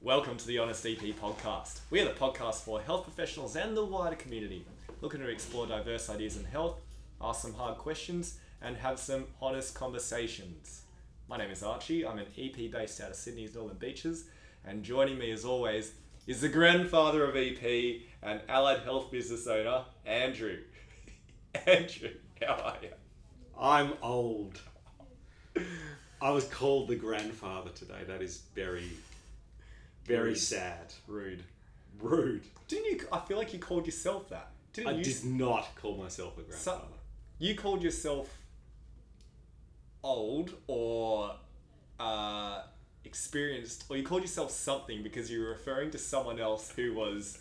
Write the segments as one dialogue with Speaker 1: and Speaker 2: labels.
Speaker 1: Welcome to the Honest EP podcast. We are the podcast for health professionals and the wider community, looking to explore diverse ideas in health, ask some hard questions, and have some honest conversations. My name is Archie. I'm an EP based out of Sydney's Northern Beaches, and joining me as always is the grandfather of EP and allied health business owner, Andrew. Andrew, how are you?
Speaker 2: I'm old. I was called the grandfather today. That is very, very
Speaker 1: Rude.
Speaker 2: sad.
Speaker 1: Rude.
Speaker 2: Rude.
Speaker 1: Didn't you? I feel like you called yourself that. Didn't
Speaker 2: I
Speaker 1: you?
Speaker 2: did not call myself a grandfather.
Speaker 1: You called yourself old or uh, experienced, or you called yourself something because you were referring to someone else who was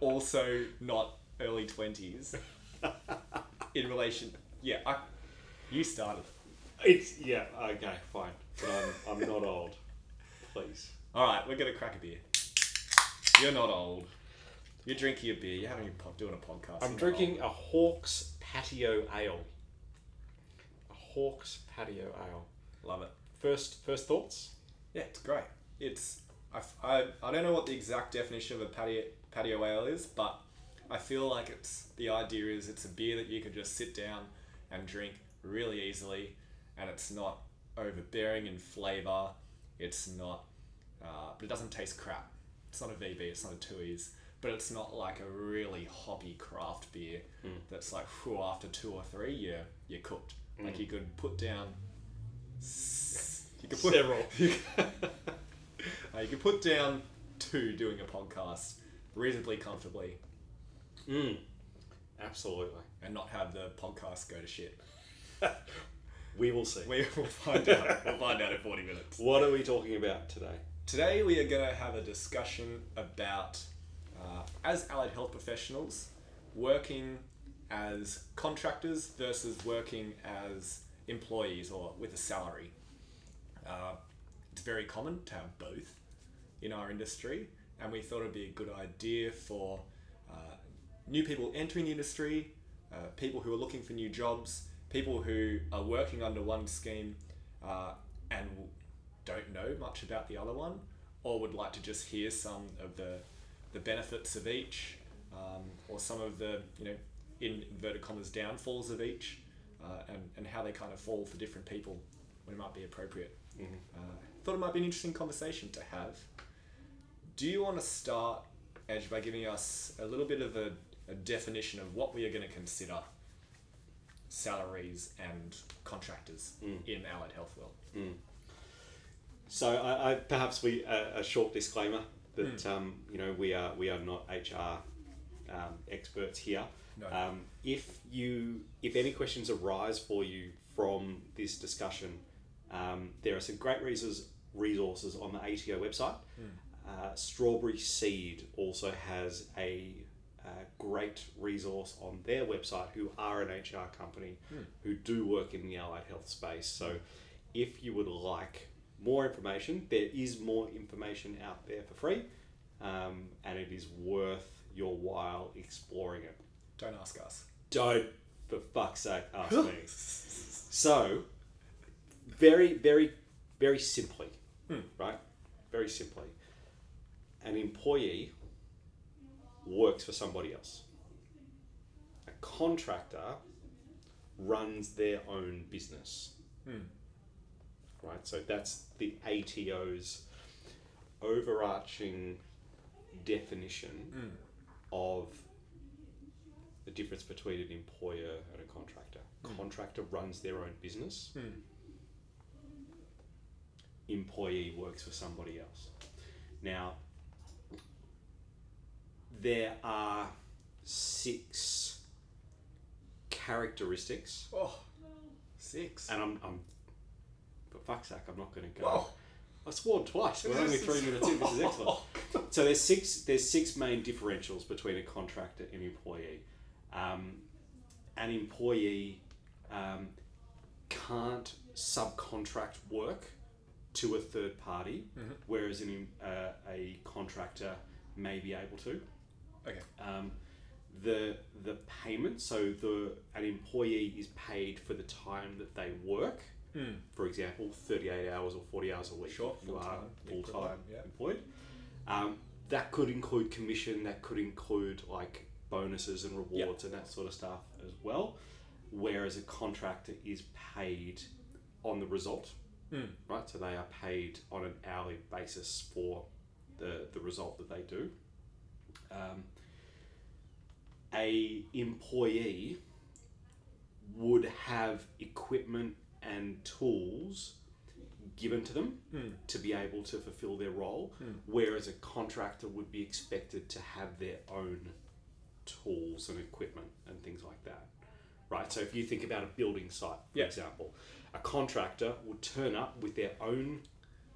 Speaker 1: also not early 20s in relation. Yeah, I, you started.
Speaker 2: It's yeah. Okay, fine. But I'm, I'm not old. Please.
Speaker 1: All right, we're going to crack a beer. You're not old. You're drinking your beer. You're having a pod, doing a podcast. You're
Speaker 2: I'm
Speaker 1: not
Speaker 2: drinking
Speaker 1: old.
Speaker 2: a Hawks Patio Ale. A Hawks Patio Ale.
Speaker 1: Love it.
Speaker 2: First, first thoughts.
Speaker 1: Yeah, it's great. It's I, I, I don't know what the exact definition of a patio patio ale is, but I feel like it's the idea is it's a beer that you can just sit down and drink really easily, and it's not overbearing in flavour. It's not, uh, but it doesn't taste crap. It's not a VB. It's not a two E's. But it's not like a really hoppy craft beer that's like, whew, after two or three, you're, you're cooked. Like you could put down. s- Hmm. You could put
Speaker 2: Several.
Speaker 1: you uh, you can put down two doing a podcast reasonably comfortably
Speaker 2: Mm. Absolutely.
Speaker 1: and not have the podcast go to shit.
Speaker 2: We will see.
Speaker 1: We will find out. We'll find out in 40 minutes.
Speaker 2: What are we talking about today?
Speaker 1: Today we are going to have a discussion about, uh, as allied health professionals, working as contractors versus working as employees or with a salary. Uh, it's very common to have both in our industry, and we thought it'd be a good idea for uh, new people entering the industry, uh, people who are looking for new jobs, people who are working under one scheme uh, and w- don't know much about the other one, or would like to just hear some of the, the benefits of each, um, or some of the you know in inverted commas downfalls of each, uh, and, and how they kind of fall for different people when it might be appropriate. Uh, thought it might be an interesting conversation to have. Do you want to start, Edge, by giving us a little bit of a, a definition of what we are going to consider salaries and contractors
Speaker 2: Hmm.
Speaker 1: in allied health world?
Speaker 2: So I, I perhaps we a a short disclaimer that um, you know we are we are not HR um, experts here.
Speaker 1: No.
Speaker 2: Um, if you if any questions arise for you from this discussion, um, there are some great resources resources on the ATO website. Uh, Strawberry Seed also has a, uh great resource on their website. Who are an HR company who do work in the allied health space. So if you would like more information, there is more information out there for free, um, and it is worth your while exploring it.
Speaker 1: Don't ask us.
Speaker 2: Don't, for fuck's sake, ask me. so, very, very, very simply, right? Very simply, an employee works for somebody else. A contractor runs their own business. Right? So that's the ATO's overarching definition of the difference between an employer and a contractor. Contractor runs their own business. Employee works for somebody else. Now, there are six characteristics,
Speaker 1: Oh, six.
Speaker 2: and I'm, I'm for fuck's sake, I'm not going to go.
Speaker 1: Whoa.
Speaker 2: I sworn twice. We're only three minutes in. This is excellent. So there's six there's six main differentials between a contractor and employee. Um, an employee um, can't subcontract work to a third party, whereas an, em- uh, a contractor may be able to
Speaker 1: Okay.
Speaker 2: um, the the payment. So the an employee is paid for the time that they work. For example, thirty eight hours or forty hours a week.
Speaker 1: Hmm. Sure,
Speaker 2: you are
Speaker 1: full-time,
Speaker 2: full time
Speaker 1: equivalent, yeah.
Speaker 2: employed. Um, that could include commission, that could include like bonuses and rewards and that sort of stuff as well. Whereas a contractor is paid on the result,
Speaker 1: Mm.
Speaker 2: right? So they are paid on an hourly basis for the, the result that they do. Um, a employee would have equipment and tools given to them
Speaker 1: Mm.
Speaker 2: to be able to fulfill their role,
Speaker 1: Hmm.
Speaker 2: whereas a contractor would be expected to have their own tools and equipment and things like that. Right? So if you think about a building site, for
Speaker 1: Yeah.
Speaker 2: example, a contractor will turn up with their own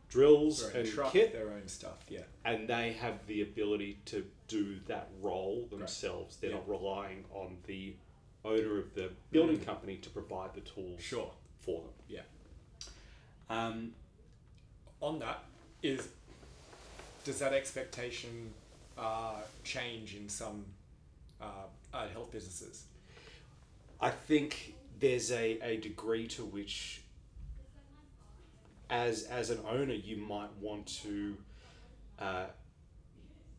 Speaker 2: drills
Speaker 1: Their own
Speaker 2: and
Speaker 1: truck,
Speaker 2: kit
Speaker 1: their own stuff. Yeah.
Speaker 2: and they have the ability to do that role themselves. They're
Speaker 1: Yeah. Mm.
Speaker 2: not relying on the owner of the building company to provide the tools
Speaker 1: Sure.
Speaker 2: for them.
Speaker 1: Yeah.
Speaker 2: Um,
Speaker 1: on that is does that expectation uh, change in some uh, uh, health businesses?
Speaker 2: I think there's a, a degree to which as as an owner you might want to uh,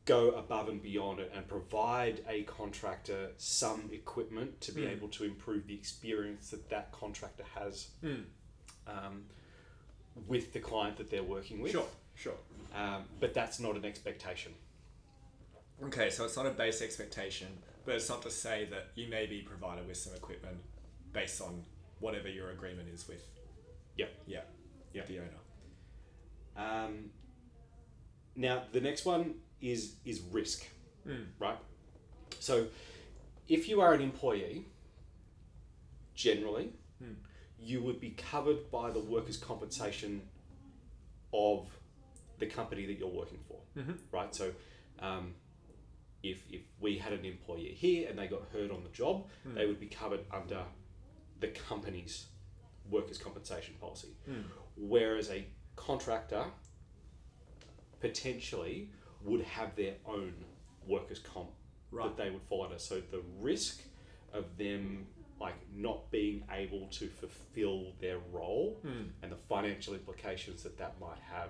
Speaker 2: go above and beyond it and provide a contractor some equipment to be
Speaker 1: Mm.
Speaker 2: able to improve the experience that that contractor has
Speaker 1: Mm.
Speaker 2: um, with the client that they're working with
Speaker 1: Sure, sure.
Speaker 2: um, but that's not an expectation
Speaker 1: Okay, so it's not a base expectation, but it's not to say that you may be provided with some equipment based on whatever your agreement is with.
Speaker 2: Yep.
Speaker 1: Yeah.
Speaker 2: Yep.
Speaker 1: The owner.
Speaker 2: Um, now the next one is is risk,
Speaker 1: Mm.
Speaker 2: right? So if you are an employee, generally,
Speaker 1: Mm.
Speaker 2: you would be covered by the workers' compensation of the company that you're working for,
Speaker 1: Mhm.
Speaker 2: right? So um, if if we had an employee here and they got hurt on the job, they would be covered under the company's workers' compensation policy. Whereas a contractor potentially would have their own workers' comp
Speaker 1: Right.
Speaker 2: that they would fall under. So the risk of them like not being able to fulfill their role and the financial implications that that might have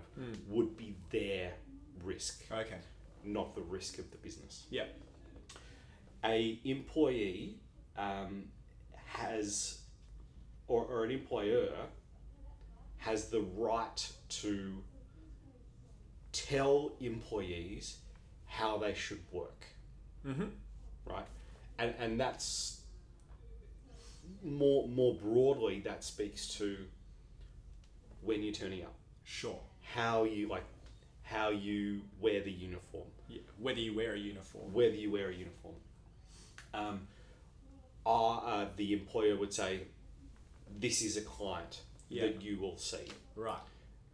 Speaker 2: would be their risk,
Speaker 1: Okay.
Speaker 2: not the risk of the business
Speaker 1: Yeah.
Speaker 2: a employee um, has or, or an employer has the right to tell employees how they should work
Speaker 1: Mm-hmm.
Speaker 2: right and and that's more more broadly that speaks to when you're turning up
Speaker 1: Sure.
Speaker 2: how you like how you wear the uniform
Speaker 1: Yeah. Whether you wear a uniform.
Speaker 2: whether you wear a uniform. Um, are, uh, the employer would say, this is a client
Speaker 1: Yeah.
Speaker 2: that you will see.
Speaker 1: Right.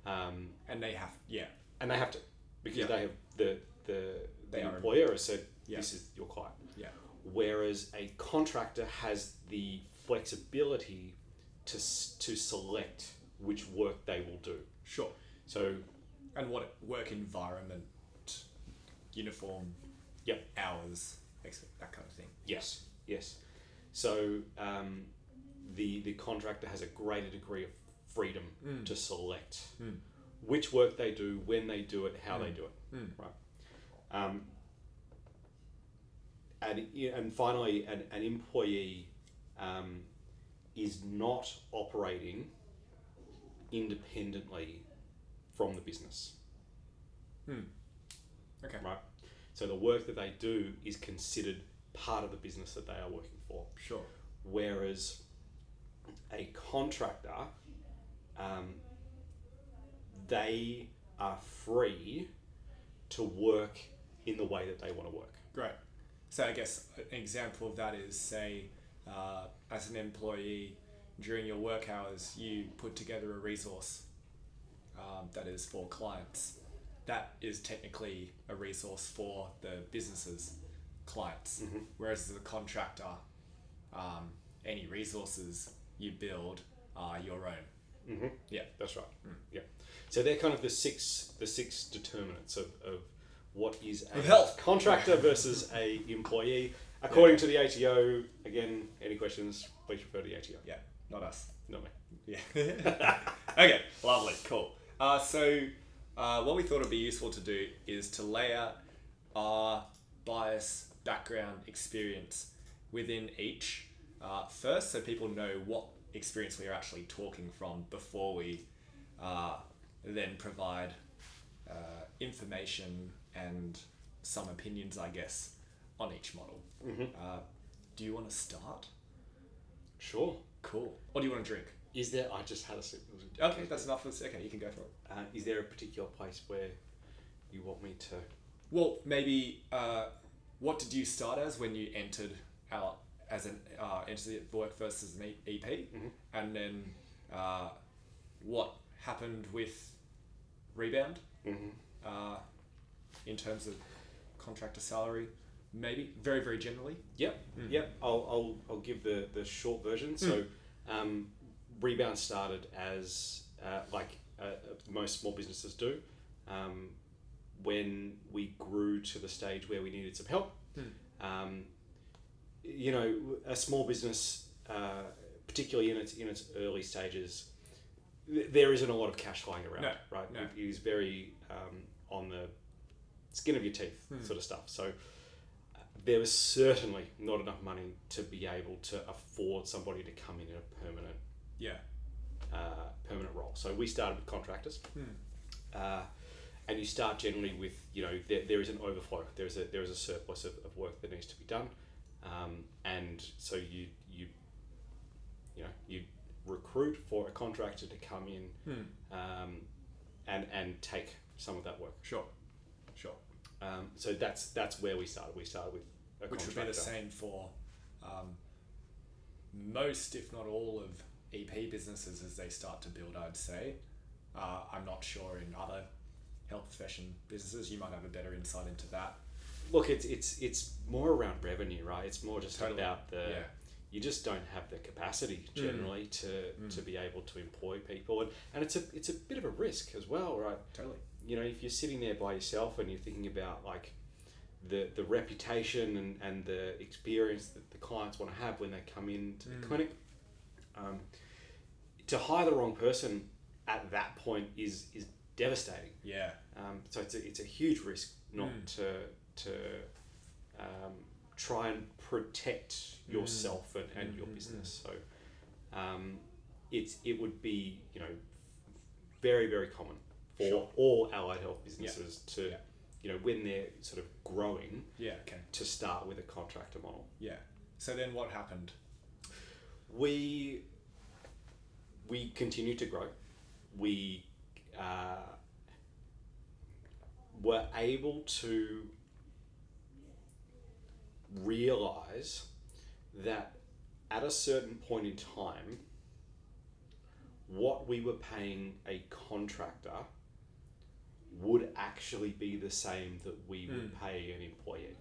Speaker 2: Um,
Speaker 1: And they have. Yeah.
Speaker 2: and they have to, because
Speaker 1: Yeah.
Speaker 2: they have the, the, the
Speaker 1: They are-
Speaker 2: employer has said,
Speaker 1: Yeah.
Speaker 2: this is your client.
Speaker 1: Yeah.
Speaker 2: Whereas a contractor has the flexibility to, s- to select which work they will do.
Speaker 1: Sure.
Speaker 2: So,
Speaker 1: And what work environment, uniform,
Speaker 2: Yep.
Speaker 1: hours, ex- that kind of thing.
Speaker 2: yes, yes. So um, the the contractor has a greater degree of freedom to select
Speaker 1: Mm.
Speaker 2: which work they do, when they do it, how they do it.
Speaker 1: Mm.
Speaker 2: Right. Um, and and finally, an, an employee um, is not operating independently from the business.
Speaker 1: Okay.
Speaker 2: Right. So the work that they do is considered part of the business that they are working for.
Speaker 1: Sure.
Speaker 2: whereas a contractor, um, they are free to work in the way that they want to work.
Speaker 1: Great. So I guess an example of that is say, uh, as an employee, during your work hours, you put together a resource um, that is for clients. That is technically a resource for the business's clients. Whereas as a contractor, um, any resources you build are your own.
Speaker 2: Mm-hmm.
Speaker 1: Yeah.
Speaker 2: that's right.
Speaker 1: Hmm.
Speaker 2: Yeah. So they're kind of the six the six determinants of, of what is a
Speaker 1: Of health.
Speaker 2: contractor versus a employee. According to the ATO, again, any questions, please refer to the ATO.
Speaker 1: Yeah, not us.
Speaker 2: Not me.
Speaker 1: Yeah. okay, lovely, cool. Uh, so Uh, what we thought would be useful to do is to lay out our bias, background, experience within each uh, first, so people know what experience we are actually talking from before we uh, then provide uh, information and some opinions, I guess, on each model. Uh, do you want to start?
Speaker 2: Sure.
Speaker 1: Cool. Or do you want to drink?
Speaker 2: Is there? I just had a sip. It was-
Speaker 1: Okay, that's enough. for this. Okay, you can go for it.
Speaker 2: Uh, is there a particular place where you want me to?
Speaker 1: Well, maybe uh, what did you start as when you entered our as an uh, entered the workforce as an E- EP, and then uh, what happened with rebound uh, in terms of contractor salary, maybe very very generally.
Speaker 2: Yep, yep. I'll, I'll, I'll give the, the short version. So, um, Rebound started as uh, like uh, most small businesses do. Um, when we grew to the stage where we needed some help, um, you know, a small business, uh, particularly in its in its early stages, th- there isn't a lot of cash lying around,
Speaker 1: No,
Speaker 2: right?
Speaker 1: no.
Speaker 2: It is very um, on the skin of your teeth sort of stuff. So there was certainly not enough money to be able to afford somebody to come in in a permanent
Speaker 1: Yeah.
Speaker 2: uh, permanent role. So we started with contractors,
Speaker 1: Hmm.
Speaker 2: uh, and you start generally with you know there, there is an overflow, there is a there is a surplus of, of work that needs to be done, um, and so you you you know you recruit for a contractor to come in
Speaker 1: Hmm.
Speaker 2: um, and and take some of that work.
Speaker 1: Sure. Sure.
Speaker 2: Um, so that's that's where we started. We started with a
Speaker 1: Which would be
Speaker 2: contractor.
Speaker 1: the same for um, most, if not all, of EP businesses as they start to build, I'd say. Uh, I'm not sure in other health profession businesses. You might have a better insight into that.
Speaker 2: look it's it's it's more around revenue right it's more just
Speaker 1: Totally.
Speaker 2: about the
Speaker 1: Yeah. Mm.
Speaker 2: you just don't have the capacity generally to to be able to employ people and, and it's a it's a bit of a risk as well right
Speaker 1: Totally.
Speaker 2: you know if you're sitting there by yourself and you're thinking about like the the reputation and, and the experience that the clients want to have when they come in to the
Speaker 1: Mm.
Speaker 2: clinic um, to hire the wrong person at that point is is devastating
Speaker 1: Yeah.
Speaker 2: um, so it's a, it's a huge risk not
Speaker 1: Mm.
Speaker 2: to to um, try and protect
Speaker 1: Mm.
Speaker 2: yourself and, and
Speaker 1: Mm-hmm,
Speaker 2: your business. So um, it's it would be you know very very common for
Speaker 1: Sure.
Speaker 2: all allied health businesses to
Speaker 1: Yeah.
Speaker 2: you know when they're sort of growing
Speaker 1: Yeah. Okay.
Speaker 2: to start with a contractor model.
Speaker 1: Yeah. So then what happened?
Speaker 2: we we continue to grow. We uh, were able to realize that at a certain point in time, what we were paying a contractor would actually be the same that we would pay an employee.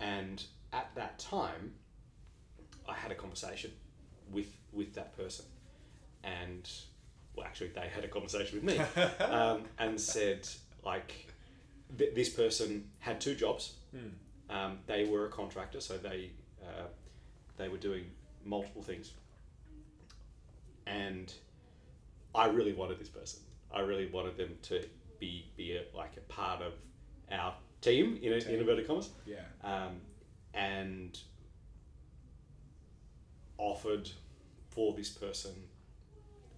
Speaker 2: And at that time, I had a conversation with with that person, and well, actually, they had a conversation with me, um, and said like, th- this person had two jobs. Um, they were a contractor, so they uh, they were doing multiple things, and I really wanted this person. I really wanted them to be be a, like a part of our team in, in inverted commas
Speaker 1: Yeah.
Speaker 2: um, and offered for this person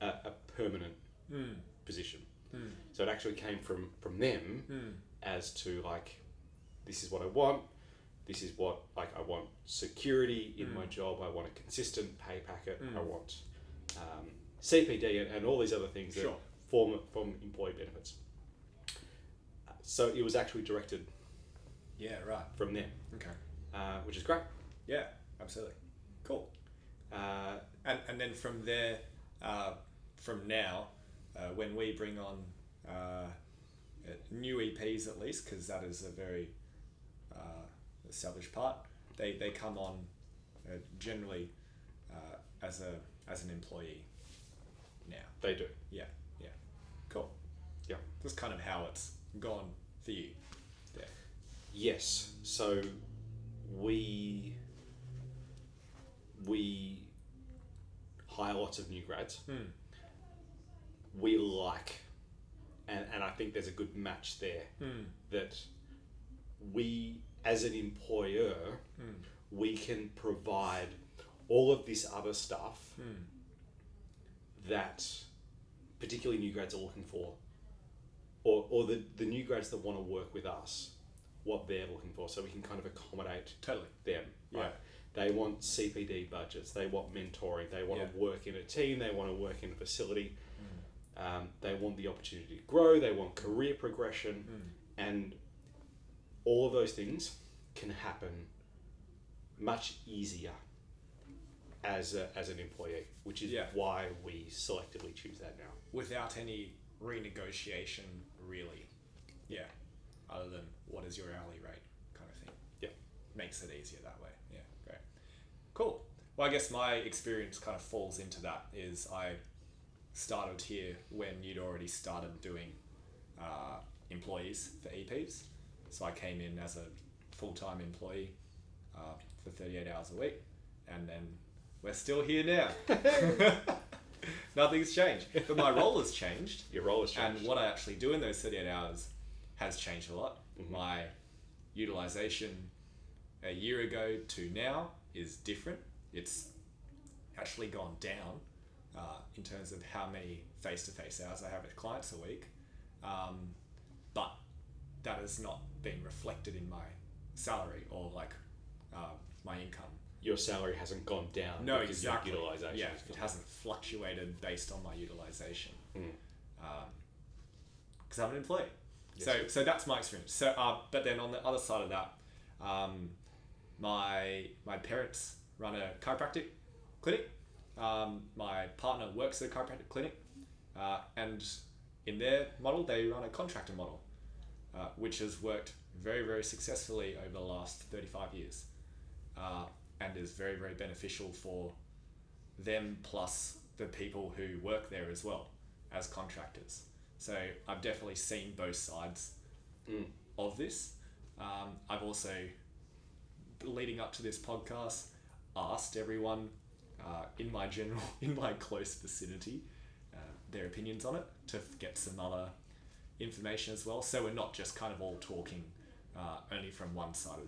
Speaker 2: a, a permanent
Speaker 1: Hmm.
Speaker 2: position. So it actually came from from them
Speaker 1: Hmm.
Speaker 2: as to like, this is what I want. This is what like I want security in my job. I want a consistent pay packet. I want um, CPD and, and all these other things
Speaker 1: Sure.
Speaker 2: that form from employee benefits. Uh, So it was actually directed
Speaker 1: Yeah. Right.
Speaker 2: from them,
Speaker 1: Okay.
Speaker 2: uh, which is great.
Speaker 1: Yeah. Absolutely. Cool.
Speaker 2: Uh,
Speaker 1: And, and then from there, uh, from now, uh, when we bring on uh, uh, new EPs at least, because that is a very uh, established part, they, they come on uh, generally uh, as a as an employee now.
Speaker 2: they do.
Speaker 1: Yeah, yeah, cool.
Speaker 2: Yeah.
Speaker 1: That's kind of how it's gone for you. Yeah.
Speaker 2: Yes. So we we hire lots of new grads. We like and, and I think there's a good match there
Speaker 1: Hmm,
Speaker 2: that we as an employer we can provide all of this other stuff
Speaker 1: hmm.
Speaker 2: that particularly new grads are looking for or, or the, the new grads that want to work with us what they're looking for so we can kind of accommodate
Speaker 1: Totally.
Speaker 2: them right they want cpd budgets they want mentoring they want
Speaker 1: Yeah.
Speaker 2: to work in a team they want to work in a facility
Speaker 1: Hmm.
Speaker 2: um, they want the opportunity to grow they want career progression
Speaker 1: Hmm.
Speaker 2: and all of those things can happen much easier as, a, as an employee which is
Speaker 1: Yeah.
Speaker 2: why we selectively choose that now
Speaker 1: Without any renegotiation, really. Yeah. Other than what is your hourly rate kind of thing.
Speaker 2: yeah
Speaker 1: Makes it easier that way. Yeah. Great. Cool. Well, I guess my experience kind of falls into that is I started here when you'd already started doing uh, employees for EPs. So I came in as a full time employee uh, for 38 hours a week, and then we're still here now. Nothing's changed, but my role has changed,
Speaker 2: your role has changed
Speaker 1: and what I actually do in those 38 hours has changed a lot. My utilization a year ago to now is different. It's actually gone down uh, in terms of how many face to face hours I have with clients a week. Um, but that has not been reflected in my salary or like uh, my income.
Speaker 2: your salary hasn't gone down
Speaker 1: No,
Speaker 2: because your
Speaker 1: exactly.
Speaker 2: utilization
Speaker 1: yeah,
Speaker 2: has
Speaker 1: it
Speaker 2: gone
Speaker 1: hasn't fluctuated based on my utilization
Speaker 2: Hmm.
Speaker 1: because I'm an employee. So, so that's my experience. So, uh, but then on the other side of that, um, my my parents run a chiropractic clinic. Um, my partner works at a chiropractic clinic, uh, and in their model, they run a contractor model, uh, which has worked very, very successfully over the last thirty-five years, uh, and is very, very beneficial for them plus the people who work there as well as contractors. So I've definitely seen both sides of this. Um, I've also, leading up to this podcast, asked everyone uh, in my general, in my close vicinity, uh, their opinions on it to f- get some other information as well. So we're not just kind of all talking uh, only from one side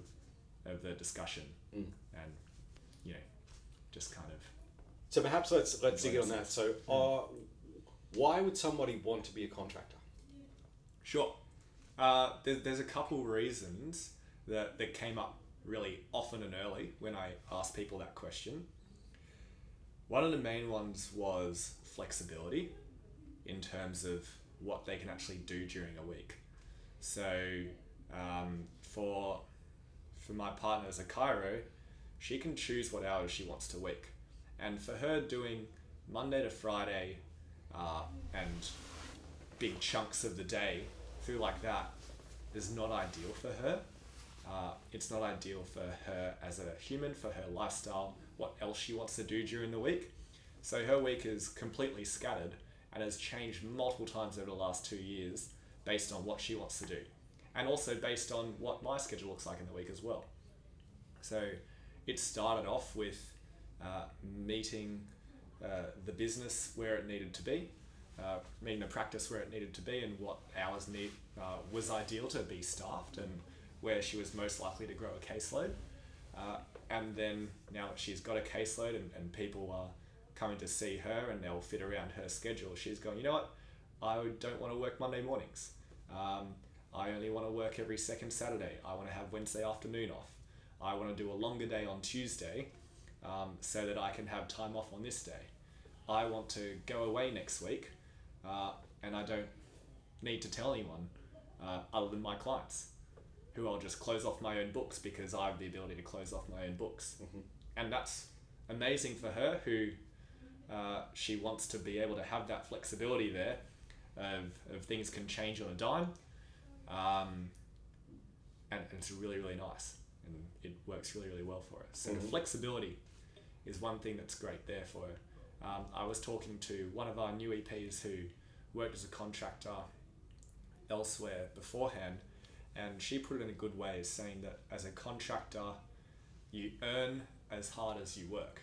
Speaker 1: of, of the discussion and, you know, just kind of
Speaker 2: So perhaps let's let's dig in on
Speaker 1: Right.
Speaker 2: that. So, uh, why would somebody want to be a contractor?
Speaker 1: Sure. Uh, there, there's a couple reasons that, that came up really often and early when I asked people that question. One of the main ones was flexibility in terms of what they can actually do during a week. So um, for for my partner as a Cairo, she can choose what hours she wants to week, and for her doing Monday to Friday, uh, and big chunks of the day through like that is not ideal for her. Uh, it's not ideal for her as a human, for her lifestyle, what else she wants to do during the week. So her week is completely scattered and has changed multiple times over the last two years based on what she wants to do and also based on what my schedule looks like in the week as well. So it started off with uh, meeting uh, the business where it needed to be, uh, meeting the practice where it needed to be, and what hours need uh, was ideal to be staffed and where she was most likely to grow a caseload. Uh, and then now that she's got a caseload and, and people are coming to see her and they'll fit around her schedule, she's going, you know what? I don't want to work Monday mornings. Um, I only want to work every second Saturday. I want to have Wednesday afternoon off. I want to do a longer day on Tuesday um, so that I can have time off on this day. I want to go away next week uh, and I don't need to tell anyone uh, other than my clients who I'll just close off my own books because I have the ability to close off my own books. And that's amazing for her who uh, she wants to be able to have that flexibility there of, of things can change on a dime. Um, and, and it's really, really nice. And it works really, really well for her. So the flexibility is one thing that's great there for her. Um, I was talking to one of our new EPs who worked as a contractor elsewhere beforehand, and she put it in a good way as saying that as a contractor, you earn as hard as you work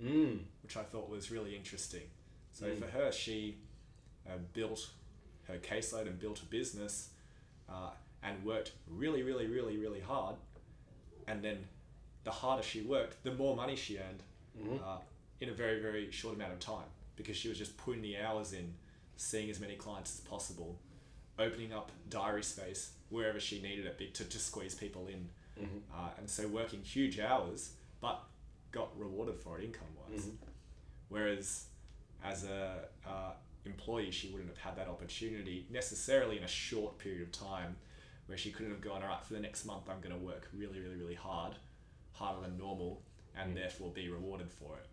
Speaker 2: Mm.
Speaker 1: which I thought was really interesting. So for her, she uh, built her caseload and built a business uh, and worked really, really, really, really hard. And then the harder she worked, the more money she earned uh, in a very, very short amount of time because she was just putting the hours in, seeing as many clients as possible, opening up diary space wherever she needed it be- to, to squeeze people in. Uh, and so working huge hours, but got rewarded for it income wise. Whereas as a uh, employee, she wouldn't have had that opportunity necessarily in a short period of time, where she couldn't have gone, all right, for the next month, I'm going to work really, really, really hard, harder than normal,
Speaker 2: Mm.
Speaker 1: and therefore be rewarded for it.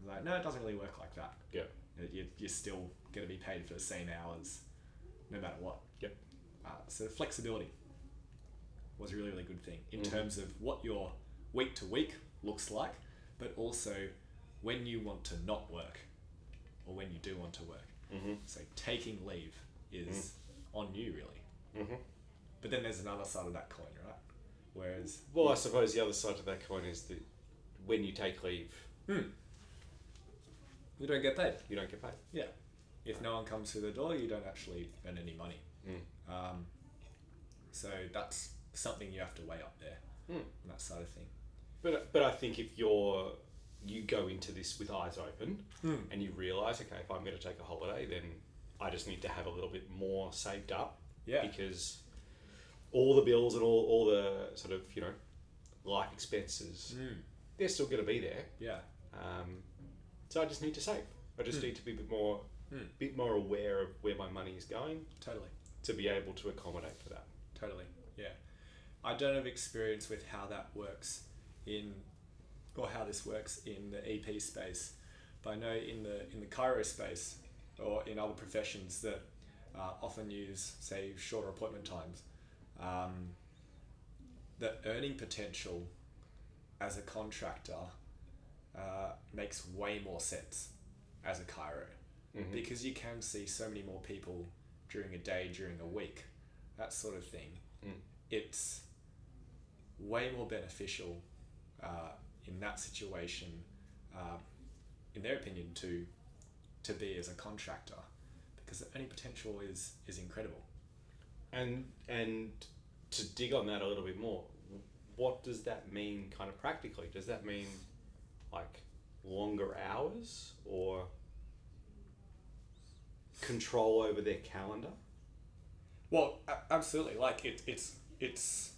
Speaker 1: It's Like, no, it doesn't really work like that.
Speaker 2: Yeah.
Speaker 1: It- You, you're still going to be paid for the same hours, no matter what.
Speaker 2: Yep.
Speaker 1: Uh, so flexibility was a really, really good thing in
Speaker 2: Mm-hmm.
Speaker 1: terms of what your week to week looks like, but also when you want to not work or when you do want to work. Mm-hmm. So taking leave is on you, really. Mm-hmm. But then there's another side of that coin, right? Whereas,
Speaker 2: Well, I suppose the other side of that coin is that when you take leave,
Speaker 1: you don't get paid.
Speaker 2: you don't get paid.
Speaker 1: Yeah. If no one comes through the door, you don't actually earn any money. Um, so that's something you have to weigh up there
Speaker 2: Mm.
Speaker 1: on that side of thing.
Speaker 2: But but I think if you're you go into this with eyes open
Speaker 1: Hmm.
Speaker 2: and you realise, okay, if I'm going to take a holiday, then I just need to have a little bit more saved up
Speaker 1: Yeah.
Speaker 2: because all the bills and all, all the sort of you know life expenses
Speaker 1: Mm.
Speaker 2: they're still going to be there.
Speaker 1: Yeah.
Speaker 2: Um, so I just need to save. I just need to be a bit more
Speaker 1: Hmm.
Speaker 2: bit more aware of where my money is going
Speaker 1: Totally.
Speaker 2: to be able to accommodate for that.
Speaker 1: Totally. Yeah. I don't have experience with how that works in or how this works in the EP space, but I know in the in the Cairo space or in other professions that uh, often use say shorter appointment times, um, the earning potential as a contractor uh, makes way more sense as a Cairo because you can see so many more people during a day, during a week, that sort of thing.
Speaker 2: Mm.
Speaker 1: It's way more beneficial uh, in that situation, uh, in their opinion, to to be as a contractor because the earning potential is is incredible.
Speaker 2: And and to dig on that a little bit more, what does that mean kind of practically? Does that mean like longer hours or control over their calendar?
Speaker 1: Well, a- absolutely. Like it, it's it's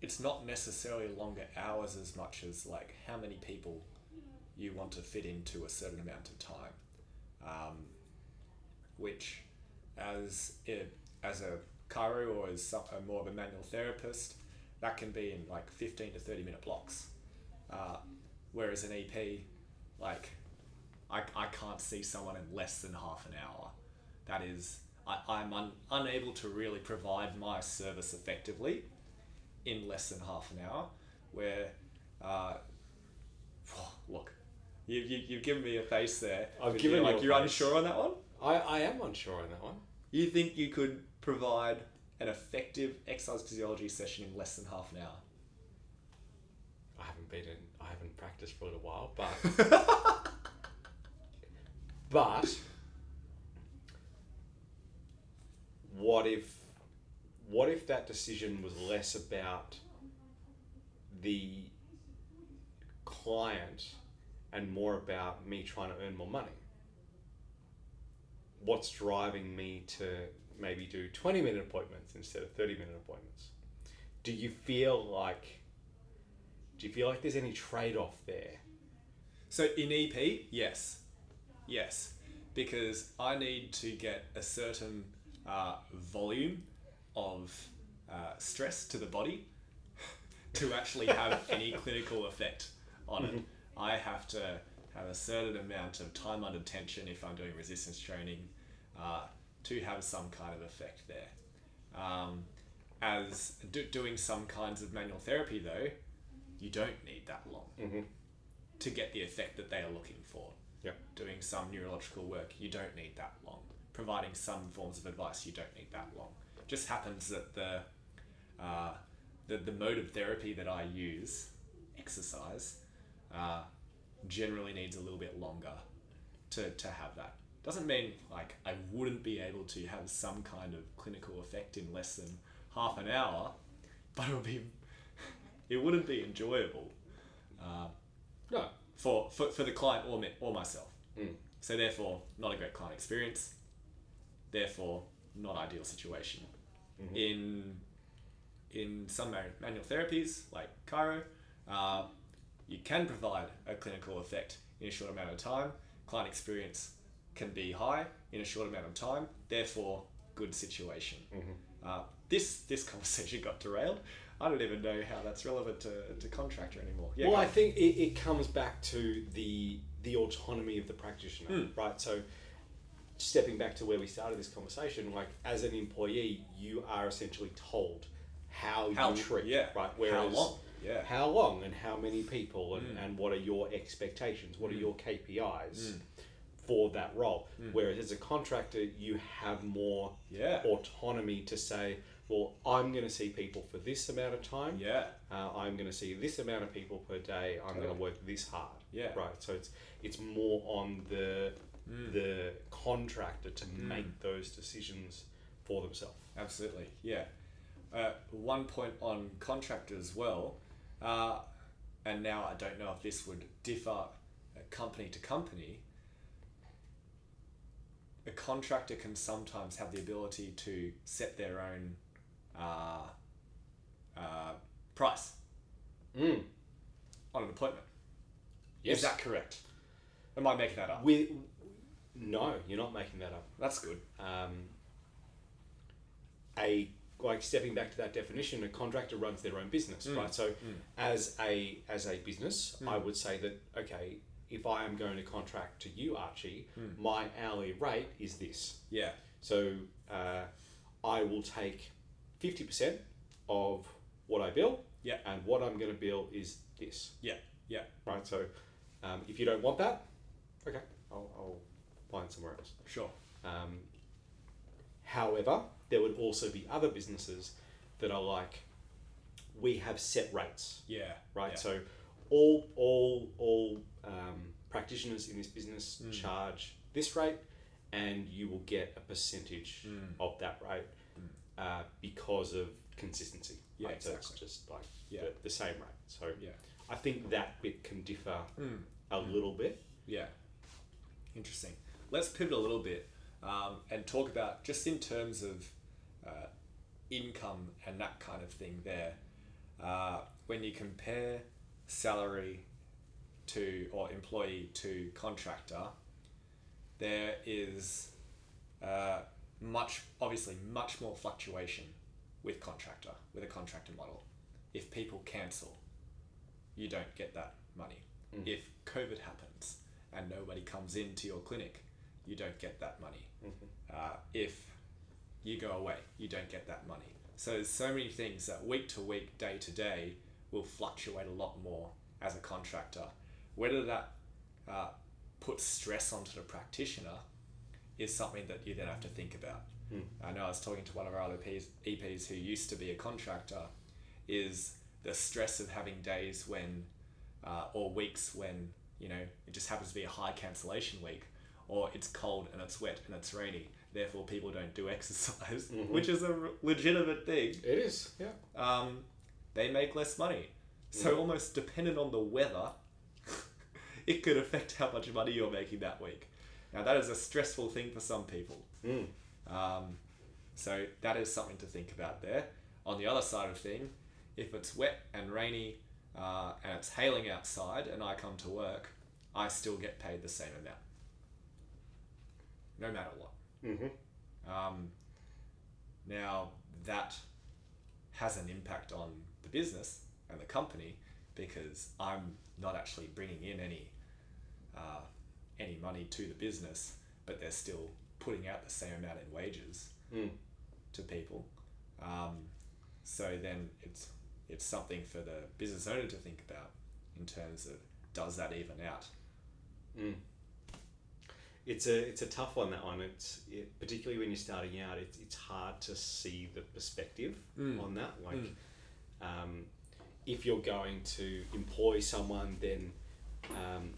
Speaker 1: it's not necessarily longer hours as much as like how many people you want to fit into a certain amount of time, um, which as a, as a chiro or as some, a more of a manual therapist, that can be in like fifteen to thirty minute blocks, uh, whereas an EP, like I, I can't see someone in less than half an hour. That is, I, I'm un, unable to really provide my service effectively in less than half an hour. Where, uh, look, you, you, you've given me a face there.
Speaker 2: I've
Speaker 1: You're
Speaker 2: given you
Speaker 1: like
Speaker 2: a
Speaker 1: you're
Speaker 2: face.
Speaker 1: unsure on that one.
Speaker 2: I, I am unsure on that one.
Speaker 1: You think you could provide an effective exercise physiology session in less than half an hour?
Speaker 2: I haven't been in I haven't practiced for a little while, but but what if what if that decision was less about the client and more about me trying to earn more money? What's driving me to maybe do 20 minute appointments instead of 30 minute appointments? Do you feel like do you feel like there's any trade off there?
Speaker 1: So in EP, yes, yes, because I need to get a certain uh, volume of uh, stress to the body to actually have any clinical effect on it. I have to have a certain amount of time under tension if I'm doing resistance training uh, to have some kind of effect there. Um, as do, doing some kinds of manual therapy though, you don't need that long to get the effect that they are looking for.
Speaker 2: Yep.
Speaker 1: Doing some neurological work, you don't need that long. Providing some forms of advice, you don't need that long. Just happens that the uh, the, the mode of therapy that I use, exercise, uh, generally needs a little bit longer to, to have that doesn't mean like I wouldn't be able to have some kind of clinical effect in less than half an hour, but it would be it wouldn't be enjoyable uh,
Speaker 3: No.
Speaker 1: for, for for the client or me, or myself.
Speaker 2: Hmm.
Speaker 3: Mm.
Speaker 1: So therefore, not a great client experience. Therefore, not ideal situation.
Speaker 2: Mm-hmm.
Speaker 1: In in some ma- manual therapies like Cairo, uh, you can provide a clinical effect in a short amount of time. Client experience can be high in a short amount of time. Therefore, good situation.
Speaker 2: Mm-hmm.
Speaker 1: Uh, this this conversation got derailed. I don't even know how that's relevant to, to contractor anymore. Yeah,
Speaker 2: well,
Speaker 1: go
Speaker 2: I
Speaker 1: on.
Speaker 2: think it, it comes back to the the autonomy of the practitioner,
Speaker 1: Hmm.
Speaker 2: right? So, stepping back to where we started this conversation, like as an employee, you are essentially told how,
Speaker 1: how
Speaker 2: you treat,
Speaker 1: yeah,
Speaker 2: right?
Speaker 1: how long? Hmm. Yeah,
Speaker 2: how long and how many people and, and what are your expectations
Speaker 1: Hmm.
Speaker 2: what are your kpis for that role whereas as a contractor you have more
Speaker 1: Yeah.
Speaker 2: autonomy to say well i'm going to see people for this amount of time
Speaker 1: yeah.
Speaker 2: uh, i'm going to see this amount of people per day i'm going
Speaker 1: Totally.
Speaker 2: to work this hard
Speaker 1: Yeah. Mm.
Speaker 2: right so it's it's more on the the contractor to make those decisions for themselves
Speaker 1: Absolutely, yeah. Uh, one point on contract as well, uh, and now I don't know if this would differ uh, company to company. A contractor can sometimes have the ability to set their own uh, uh, price
Speaker 2: mm.
Speaker 1: on an appointment.
Speaker 2: yes
Speaker 1: Is that correct? Am I making that up?
Speaker 2: with no you're not making that up
Speaker 1: That's good.
Speaker 2: um, a like stepping back to that definition, a contractor runs their own business, right? So, as a as a business, I would say that okay, if I am going to contract to you, Archie, my hourly rate is this.
Speaker 1: Yeah.
Speaker 2: So, uh, I will take fifty percent of what I bill,
Speaker 1: Yeah.
Speaker 2: and what I'm going to bill is this,
Speaker 1: Yeah. Yeah.
Speaker 2: right? So, um, if you don't want that, okay, I'll, I'll find somewhere else.
Speaker 1: Sure.
Speaker 2: Um, however, there would also be other businesses that are like, we have set rates,
Speaker 1: Yeah.
Speaker 2: right?
Speaker 1: Yeah.
Speaker 2: So all all all um, practitioners in this business
Speaker 1: Hmm.
Speaker 2: charge this rate, and you will get a percentage
Speaker 1: Hmm.
Speaker 2: of that rate uh, because of consistency.
Speaker 1: Yeah,
Speaker 2: right? So
Speaker 1: exactly.
Speaker 2: it's just like
Speaker 1: Yeah.
Speaker 2: the, the same rate. So
Speaker 1: Yeah. Hmm.
Speaker 2: I think that bit can differ a little bit.
Speaker 1: Yeah. Interesting. Let's pivot a little bit um, and talk about just in terms of uh, income and that kind of thing there. Uh, when you compare salary to or employee to contractor, there is uh, much obviously much more fluctuation with contractor with a contractor model. If people cancel, you don't get that money. If COVID happens and nobody comes into your clinic, you don't get that money. Uh, if you go away, you don't get that money. So there's so many things that week to week, day to day, will fluctuate a lot more as a contractor. Whether that uh, puts stress onto the practitioner is something that you then have to think about. I know I was talking to one of our other Ps, EPs who used to be a contractor, is the stress of having days when uh, or weeks when you know it just happens to be a high cancellation week or it's cold and it's wet and it's rainy therefore people don't do exercise which is a r- legitimate thing
Speaker 2: It is, yeah.
Speaker 1: um, they make less money so almost dependent on the weather it could affect how much money you're making that week now that is a stressful thing for some people
Speaker 2: Hmm.
Speaker 1: um, so that is something to think about there. On the other side of thing, if it's wet and rainy uh, and it's hailing outside and I come to work, I still get paid the same amount, no matter what.
Speaker 2: Mm-hmm.
Speaker 1: Um, now that has an impact on the business and the company because I'm not actually bringing in any uh, any money to the business, but they're still putting out the same amount in wages
Speaker 2: Mm.
Speaker 1: to people. Um, so then it's it's something for the business owner to think about in terms of does that even out?
Speaker 2: Mm. It's a it's a tough one that one. It's it, particularly when you're starting out. It's it's hard to see the perspective on that. Like, um, if you're going to employ someone, then um,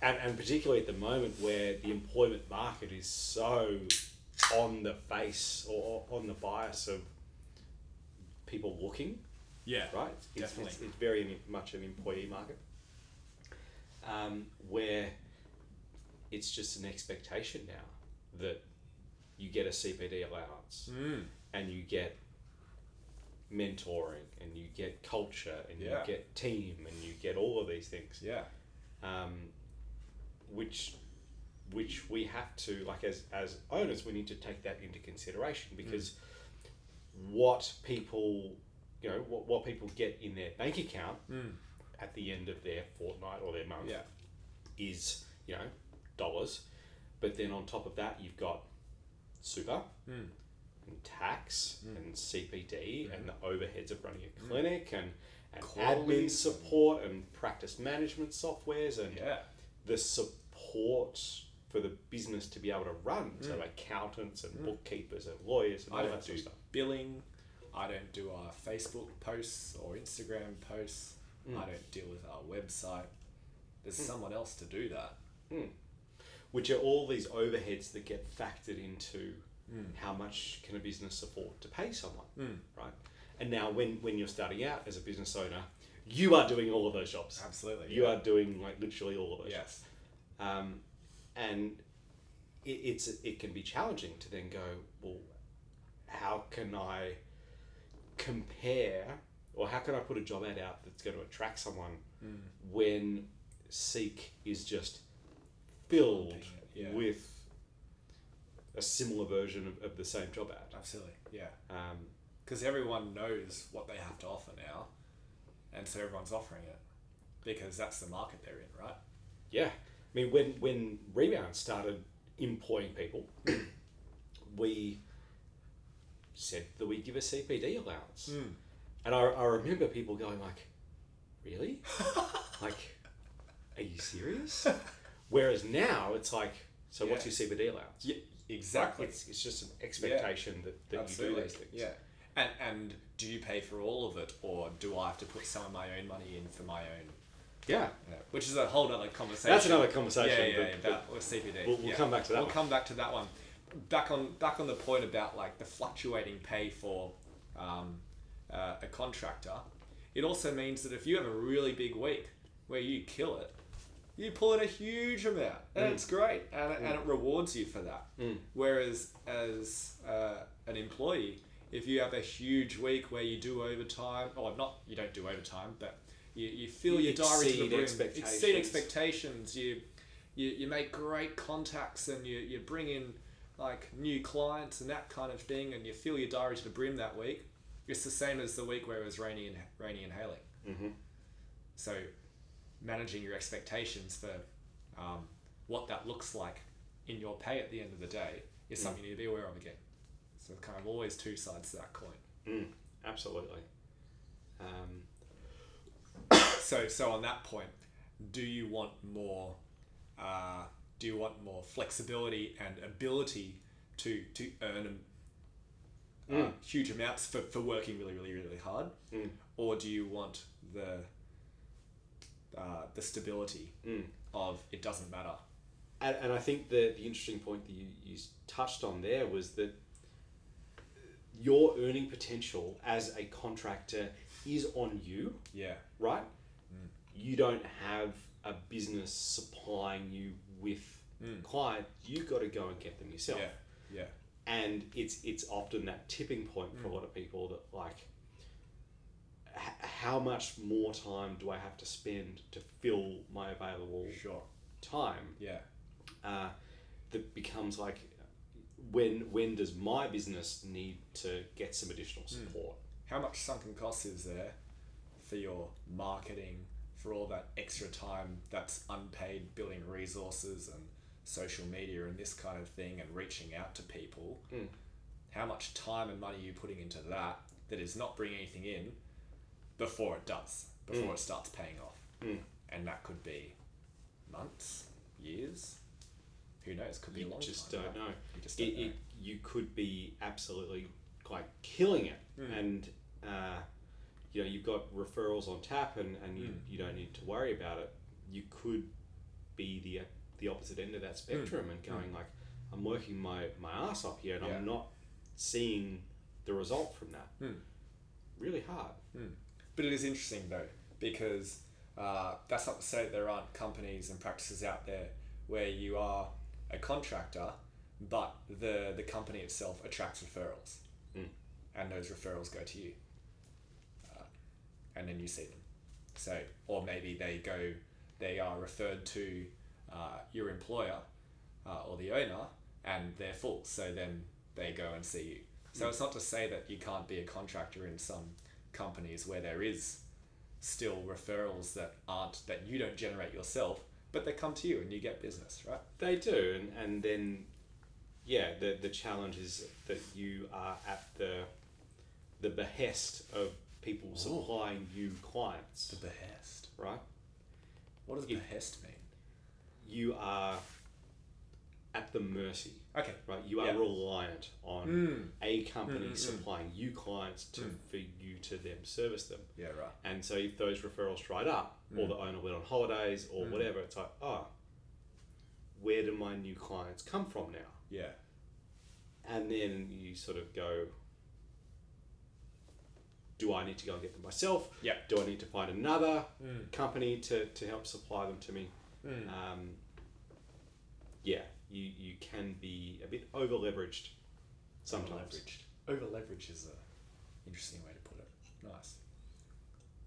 Speaker 2: and, and particularly at the moment where the employment market is so on the face or on the bias of people looking,
Speaker 1: Yeah.
Speaker 2: right? It's, it's,
Speaker 1: Definitely.
Speaker 2: it's very im- much an employee market um, where it's just an expectation now that you get a CPD allowance
Speaker 1: Mm.
Speaker 2: and you get mentoring and you get culture and
Speaker 1: Yeah.
Speaker 2: you get team and you get all of these things
Speaker 1: Yeah.
Speaker 2: um, which which we have to like as as owners we need to take that into
Speaker 1: Mm.
Speaker 2: consideration because what people you know what, what people get in their bank account
Speaker 1: Mm.
Speaker 2: at the end of their fortnight or their month
Speaker 1: Yeah.
Speaker 2: is you know dollars but then on top of that you've got super
Speaker 1: Mm.
Speaker 2: and tax and CPD and the overheads of running a clinic and, and
Speaker 1: Mm. Quality.
Speaker 2: admin support and practice management softwares and
Speaker 1: Yeah.
Speaker 2: the support for the business to be able to run. So accountants and bookkeepers and lawyers and
Speaker 1: Mm. I
Speaker 2: all
Speaker 1: don't
Speaker 2: that sort
Speaker 1: do
Speaker 2: of stuff.
Speaker 1: billing. I don't do our Facebook posts or Instagram posts.
Speaker 2: Hmm.
Speaker 1: I don't deal with our website. There's someone else to do that.
Speaker 2: Which are all these overheads that get factored into
Speaker 1: Mm.
Speaker 2: how much can a business afford to pay someone, right? And now when, when you're starting out as a business owner, you are doing all of those jobs.
Speaker 1: Absolutely.
Speaker 2: You are doing like literally all of those. jobs.
Speaker 1: Yes.
Speaker 2: um, and it, it's it can be challenging to then go well how can i compare or how can i put a job ad out that's going to attract someone when seek is just filled
Speaker 1: Yeah.
Speaker 2: with a similar version of, of the same job ad
Speaker 1: Absolutely. Yeah.
Speaker 2: um,
Speaker 1: Because everyone knows what they have to offer now, and so everyone's offering it because that's the market they're in, right?
Speaker 2: Yeah, I mean, when when Rebound started employing people, we said that we give a CPD allowance,
Speaker 1: Mm.
Speaker 2: and I, I remember people going like, "Really? like, are you serious?" Whereas now it's like, "So what's your CPD allowance?"
Speaker 1: Yeah, exactly.
Speaker 2: It's, it's just an expectation that, that you do these things.
Speaker 1: Yeah. And and do you pay for all of it, or do I have to put some of my own money in for my own?
Speaker 2: yeah.
Speaker 1: Yeah. Which is a whole other conversation.
Speaker 2: That's another
Speaker 1: Yeah,
Speaker 2: conversation.
Speaker 1: yeah, yeah,
Speaker 2: but- but-
Speaker 1: that or CPD.
Speaker 2: We'll- we'll
Speaker 1: yeah.
Speaker 2: come back to that
Speaker 1: We'll
Speaker 2: one.
Speaker 1: come back to that one. Back on back on the point about like the fluctuating pay for um, uh, a contractor. It also means that if you have a really big week where you kill it, you pull in a huge amount, and
Speaker 2: Mm.
Speaker 1: it's great, and, it and it rewards you for that. Whereas as uh, an employee, if you have a huge week where you do overtime, or not, you don't do overtime, but you, you fill
Speaker 2: You
Speaker 1: your diary to the
Speaker 2: exceed
Speaker 1: brim, exceed
Speaker 2: expectations.
Speaker 1: expectations. You, you you make great contacts, and you you bring in like new clients and that kind of thing, and you fill your diary to the brim that week. It's the same as the week where it was rainy and rainy and hailing.
Speaker 2: Mhm.
Speaker 1: So, managing your expectations for um, what that looks like in your pay at the end of the day is something you need to be aware of again. So, kind of always two sides to that coin.
Speaker 2: Mm, absolutely. Um,
Speaker 1: So, so on that point, do you want more? Uh, do you want more flexibility and ability to to earn um, uh, huge amounts for, for working really, really, really hard,
Speaker 2: Mm.
Speaker 1: or do you want the uh, the stability
Speaker 2: Mm.
Speaker 1: of it doesn't matter?
Speaker 2: And, and I think the, the interesting point that you, you s- touched on there was that your earning potential as a contractor is on you,
Speaker 1: Yeah,
Speaker 2: right? You don't have a business supplying you with client. You've got to go and get them yourself.
Speaker 1: yeah, yeah,
Speaker 2: And it's it's often that tipping point for a lot of people that like, h- how much more time do I have to spend to fill my available
Speaker 1: sure,
Speaker 2: time?
Speaker 1: yeah,
Speaker 2: uh, that becomes like when when does my business need to get some additional
Speaker 1: Hmm.
Speaker 2: support?
Speaker 1: how much sunken cost is there for your marketing for all that extra time that's unpaid building resources and social media and this kind of thing and reaching out to people
Speaker 2: Mm.
Speaker 1: how much time and money are you putting into that that is not bringing anything in before it does before
Speaker 2: Hmm.
Speaker 1: it starts paying off
Speaker 2: Mm.
Speaker 1: and that could be months years who knows could be a
Speaker 2: You
Speaker 1: long
Speaker 2: just
Speaker 1: time,
Speaker 2: don't
Speaker 1: right?
Speaker 2: know.
Speaker 1: you just
Speaker 2: It,
Speaker 1: don't know
Speaker 2: it, you could be absolutely like killing it,
Speaker 1: Hmm.
Speaker 2: and uh,
Speaker 1: Hmm.
Speaker 2: you know you've got referrals on tap, and, and you, you don't need to worry about it. You could be the uh, the opposite end of
Speaker 1: Hmm.
Speaker 2: that spectrum and going like I'm working my my ass off here and
Speaker 1: Yeah. Hmm.
Speaker 2: I'm not seeing the result from that. Really hard.
Speaker 1: But it is interesting though, because uh, that's not to say that there aren't companies and practices out there where you are a contractor, but the the company itself attracts referrals,
Speaker 2: Mm.
Speaker 1: and those referrals go to you, uh, and then you see them. So, or maybe they go, they are referred to uh, your employer uh, or the owner, and they're full. So then they go and see you. So it's not to say that you can't be a contractor in some companies where there is still referrals that aren't that you don't generate yourself, but they come to you and you get business, right?
Speaker 2: They do, and, and then, yeah, the the challenge is that you are at the the behest of people supplying you clients,
Speaker 1: behest.
Speaker 2: right?
Speaker 1: What does
Speaker 2: Yeah.
Speaker 1: behest mean?
Speaker 2: You are at the mercy,
Speaker 1: Okay.
Speaker 2: right? You are
Speaker 1: Yeah.
Speaker 2: reliant on
Speaker 1: Mm.
Speaker 2: a company
Speaker 1: Mm, mm, mm.
Speaker 2: supplying you clients to
Speaker 1: Mm.
Speaker 2: for you to them service them.
Speaker 1: Yeah. Right.
Speaker 2: And so if those referrals dried up, or the owner went on holidays, or whatever, it's like, oh, where do my new clients come from now?
Speaker 1: Yeah.
Speaker 2: and then you sort of go do i need to go and get them myself
Speaker 1: Yeah.
Speaker 2: do i need to find another
Speaker 1: Mm.
Speaker 2: company to, to help supply them to me
Speaker 1: Mm.
Speaker 2: um, yeah you, you can be a bit over leveraged sometimes
Speaker 1: Over leveraged is a interesting way to put it. Nice.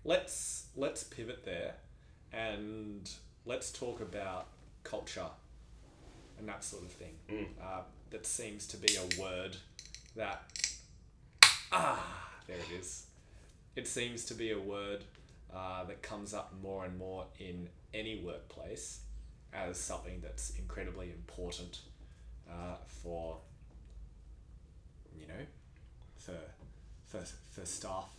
Speaker 1: Let's let's pivot there, and let's talk about culture, and that sort of thing.
Speaker 2: Mm.
Speaker 1: Uh, that seems to be a word that ah there it is. It seems to be a word uh, that comes up more and more in any workplace as something that's incredibly important uh, for you know, for for, for staff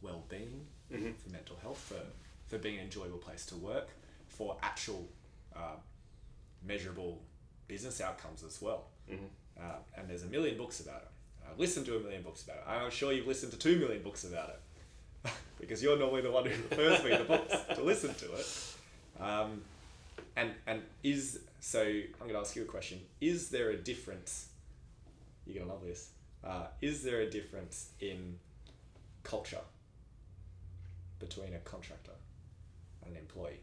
Speaker 1: well-being, for mental health, for for being an enjoyable place to work, for actual uh, measurable business outcomes as well. Uh, and there's a million books about it. I've listened to a million books about it. I'm sure you've listened to two million books about it, because you're normally the one who refers me the books to listen to it. Um, and and is so. I'm going to ask you a question. Is there a difference? You're going to love this. Uh, is there a difference in culture between a contractor and an employee,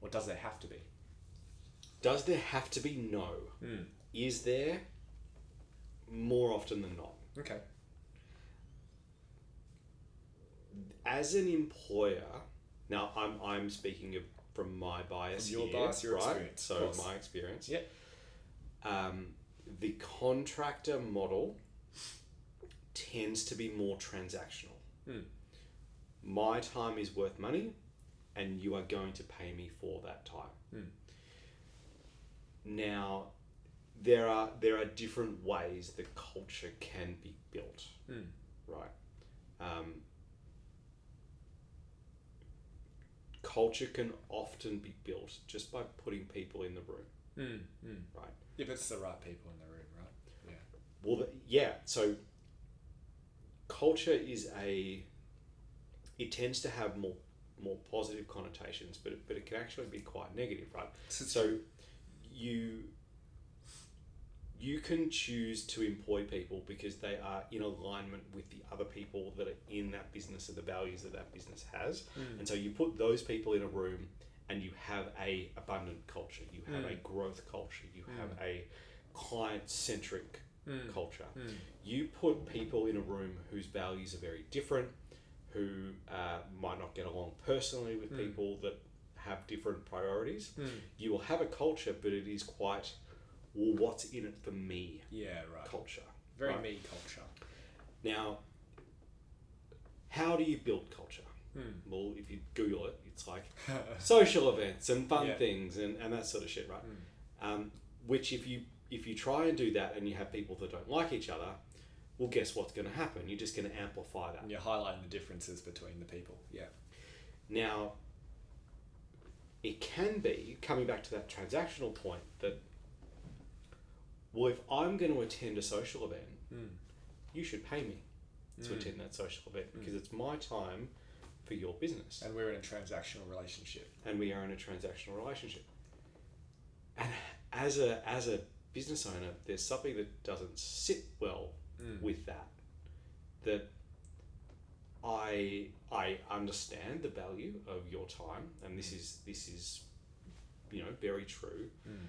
Speaker 1: or does there have to be?
Speaker 2: does there have to be no
Speaker 1: Hmm,
Speaker 2: is there more often than not
Speaker 1: Okay.
Speaker 2: as an employer, now I'm I'm speaking of from my bias,
Speaker 1: From your
Speaker 2: here,
Speaker 1: bias, your
Speaker 2: right?
Speaker 1: experience, of
Speaker 2: So
Speaker 1: course.
Speaker 2: my experience,
Speaker 1: Yep.
Speaker 2: Um, the contractor model tends to be more transactional.
Speaker 1: Hmm.
Speaker 2: My time is worth money, and you are going to pay me for that time.
Speaker 1: Hmm.
Speaker 2: Now, there are there are different ways the culture can be built,
Speaker 1: Hmm.
Speaker 2: right? Um, culture can often be built just by putting people in the room,
Speaker 1: Mm, mm.
Speaker 2: right?
Speaker 1: If it's the right people in the room, right?
Speaker 2: Well, the, yeah. So culture is a. It tends to have more more positive connotations, but it, but it can actually be quite negative, right?
Speaker 1: So,
Speaker 2: So you you can choose to employ people because they are in alignment with the other people that are in that business and the values that that business has.
Speaker 1: Hmm,
Speaker 2: And so you put those people in a room and you have a abundant culture, you have a growth culture, you have a client centric
Speaker 1: hmm, Mm.
Speaker 2: culture. You put people in a room whose values are very different, who uh, might not get along personally with people that have different priorities. You will have a culture, but it is quite well, what's in it for me
Speaker 1: yeah, right.
Speaker 2: culture.
Speaker 1: Very
Speaker 2: right?
Speaker 1: me culture.
Speaker 2: Now, how do you build culture?
Speaker 1: Hmm.
Speaker 2: Well, if you Google it, it's like social events and fun
Speaker 1: Yeah.
Speaker 2: things and, and that sort of shit, right? Um, which if you if you try and do that and you have people that don't like each other, well, guess what's going to happen? You're just going to amplify that.
Speaker 1: and you're highlighting the differences between the people. Yeah.
Speaker 2: Now, it can be coming back to that transactional point that well, if I'm going to attend a social event,
Speaker 1: Mm.
Speaker 2: you should pay me to
Speaker 1: Mm.
Speaker 2: attend that social event because it's my time for your business.
Speaker 1: And we're in a transactional relationship.
Speaker 2: and we are in a transactional relationship. and as a as a business owner, there's something that doesn't sit well
Speaker 1: Mm.
Speaker 2: with that. That I I understand the value of your time, and this is this is you know very true.
Speaker 1: Mm.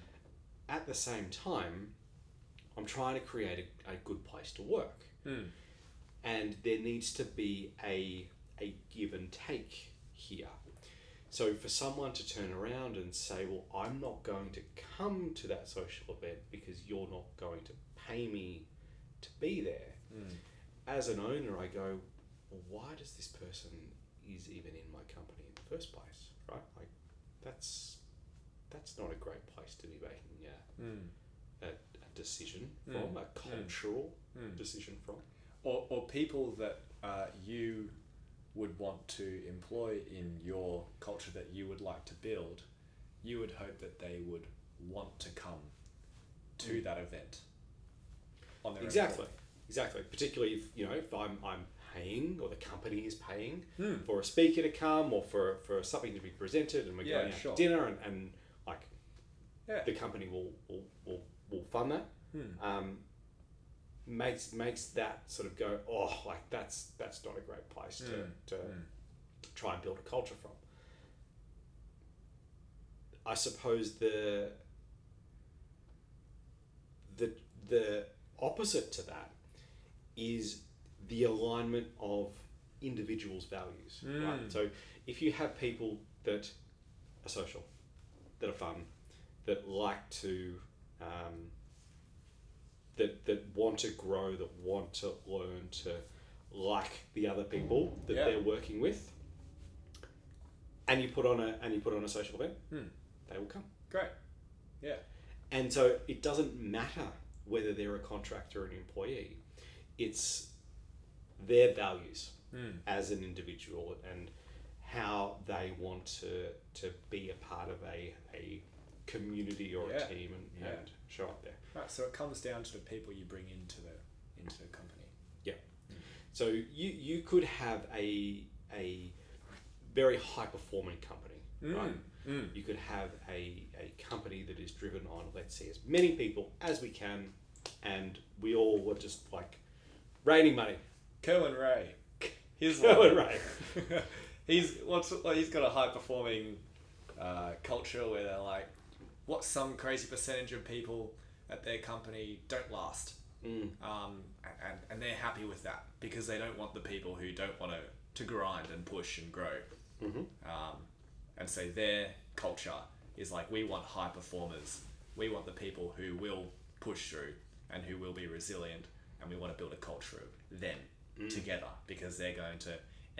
Speaker 2: At the same time, I'm trying to create a, a good place to work,
Speaker 1: Mm.
Speaker 2: and there needs to be a a give and take here. So for someone to turn around and say, "Well, I'm not going to come to that social event because you're not going to pay me to be there,"
Speaker 1: Mm.
Speaker 2: as an owner, I go, well, "Why does this person is even in my company in the first place?" Right? Like, that's that's not a great place to be making a,
Speaker 1: Mm.
Speaker 2: a, a decision
Speaker 1: Mm.
Speaker 2: from, a cultural
Speaker 1: Mm.
Speaker 2: decision from.
Speaker 1: Or, or people that uh, you would want to employ in your culture that you would like to build, you would hope that they would want to come to that event on their own
Speaker 2: Hmm. Exactly. Exactly. Particularly if you know if I'm I'm paying or the company is paying
Speaker 1: Hmm.
Speaker 2: for a speaker to come or for, for something to be presented and we're
Speaker 1: Yeah,
Speaker 2: going out
Speaker 1: sure.
Speaker 2: to dinner and, and like
Speaker 1: Yeah.
Speaker 2: the company will will, will, will fund that.
Speaker 1: Hmm.
Speaker 2: Um, makes makes that sort of go oh like that's that's not a great place to,
Speaker 1: Hmm.
Speaker 2: to try and build a culture from. I suppose the the the opposite to that is the alignment of individuals' values.
Speaker 1: Mm.
Speaker 2: Right. So if you have people that are social, that are fun, that like to um, that that want to grow, that want to learn to like the other people that
Speaker 1: Mm. Yeah.
Speaker 2: they're working with, and you put on a and you put on a social event,
Speaker 1: Hmm.
Speaker 2: they will come.
Speaker 1: Great. Yeah.
Speaker 2: And so it doesn't matter whether they're a contractor or an employee. It's their values
Speaker 1: Mm.
Speaker 2: as an individual and how they want to to be a part of a, a community or
Speaker 1: Yeah.
Speaker 2: a team and,
Speaker 1: Yeah.
Speaker 2: and show up there.
Speaker 1: Right. So it comes down to the people you bring into the into the company.
Speaker 2: So you you could have a a very high performing company, right?
Speaker 1: Mm.
Speaker 2: You could have a, a company that is driven on let's see as many people as we can, and we all were just like raining money.
Speaker 1: Kerwin Ray. He's
Speaker 2: Kerwin
Speaker 1: one. he's what's well, he's got a high performing uh, culture where they're like, what's some crazy percentage of people at their company don't last,
Speaker 2: Mm.
Speaker 1: um, and and they're happy with that because they don't want the people who don't want to to grind and push and grow,
Speaker 2: Mhm.
Speaker 1: um, and so their culture is like we want high performers, we want the people who will push through and who will be resilient, and we want to build a culture of them together because they're going to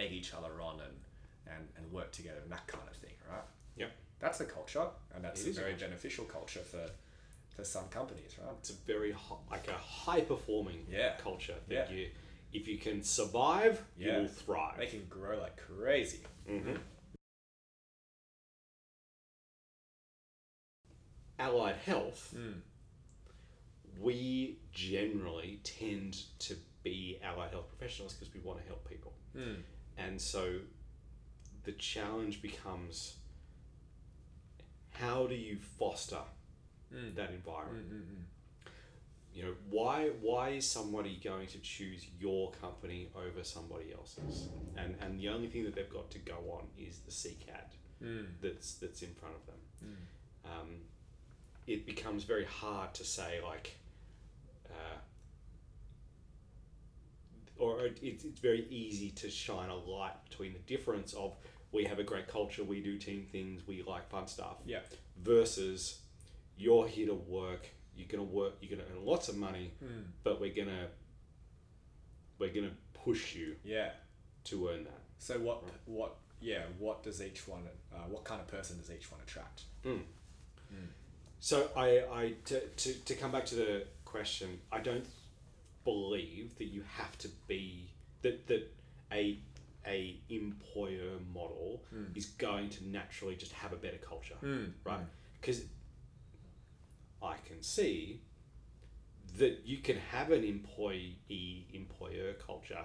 Speaker 1: egg each other on and, and, and work together and that kind of thing, right?
Speaker 2: Yep.
Speaker 1: That's a culture, and that's
Speaker 2: It
Speaker 1: a
Speaker 2: is a
Speaker 1: very beneficial culture for for some companies, right?
Speaker 2: It's a very hi- like a high performing
Speaker 1: Yeah.
Speaker 2: culture that
Speaker 1: Yeah.
Speaker 2: you if you can survive,
Speaker 1: Yeah.
Speaker 2: you will thrive.
Speaker 1: They can grow like crazy.
Speaker 2: Mhm. Allied health,
Speaker 1: Mm.
Speaker 2: we generally tend to be allied health professionals because we want to help people.
Speaker 1: Mm.
Speaker 2: And so the challenge becomes how do you foster
Speaker 1: Mm.
Speaker 2: that environment?
Speaker 1: Mm, mm, mm.
Speaker 2: You know, why why is somebody going to choose your company over somebody else's? And and the only thing that they've got to go on is the CCAT
Speaker 1: Mm.
Speaker 2: that's that's in front of them. Um, it becomes very hard to say like, uh, or it, it's it's very easy to shine a light between the difference of we have a great culture, we do team things, we like fun stuff,
Speaker 1: Yeah.
Speaker 2: versus you're here to work, you're gonna work, you're gonna earn lots of money,
Speaker 1: Mm.
Speaker 2: but we're gonna we're gonna push you
Speaker 1: Yeah.
Speaker 2: to earn that.
Speaker 1: So what what yeah what does each one uh, what kind of person does each one attract?
Speaker 2: Mm. So I, I to, to, to come back to the question, I don't believe that you have to be that that a a employer model is going to naturally just have a better culture,
Speaker 1: Mm.
Speaker 2: Hmm, right? Because I can see that you can have an employee employer culture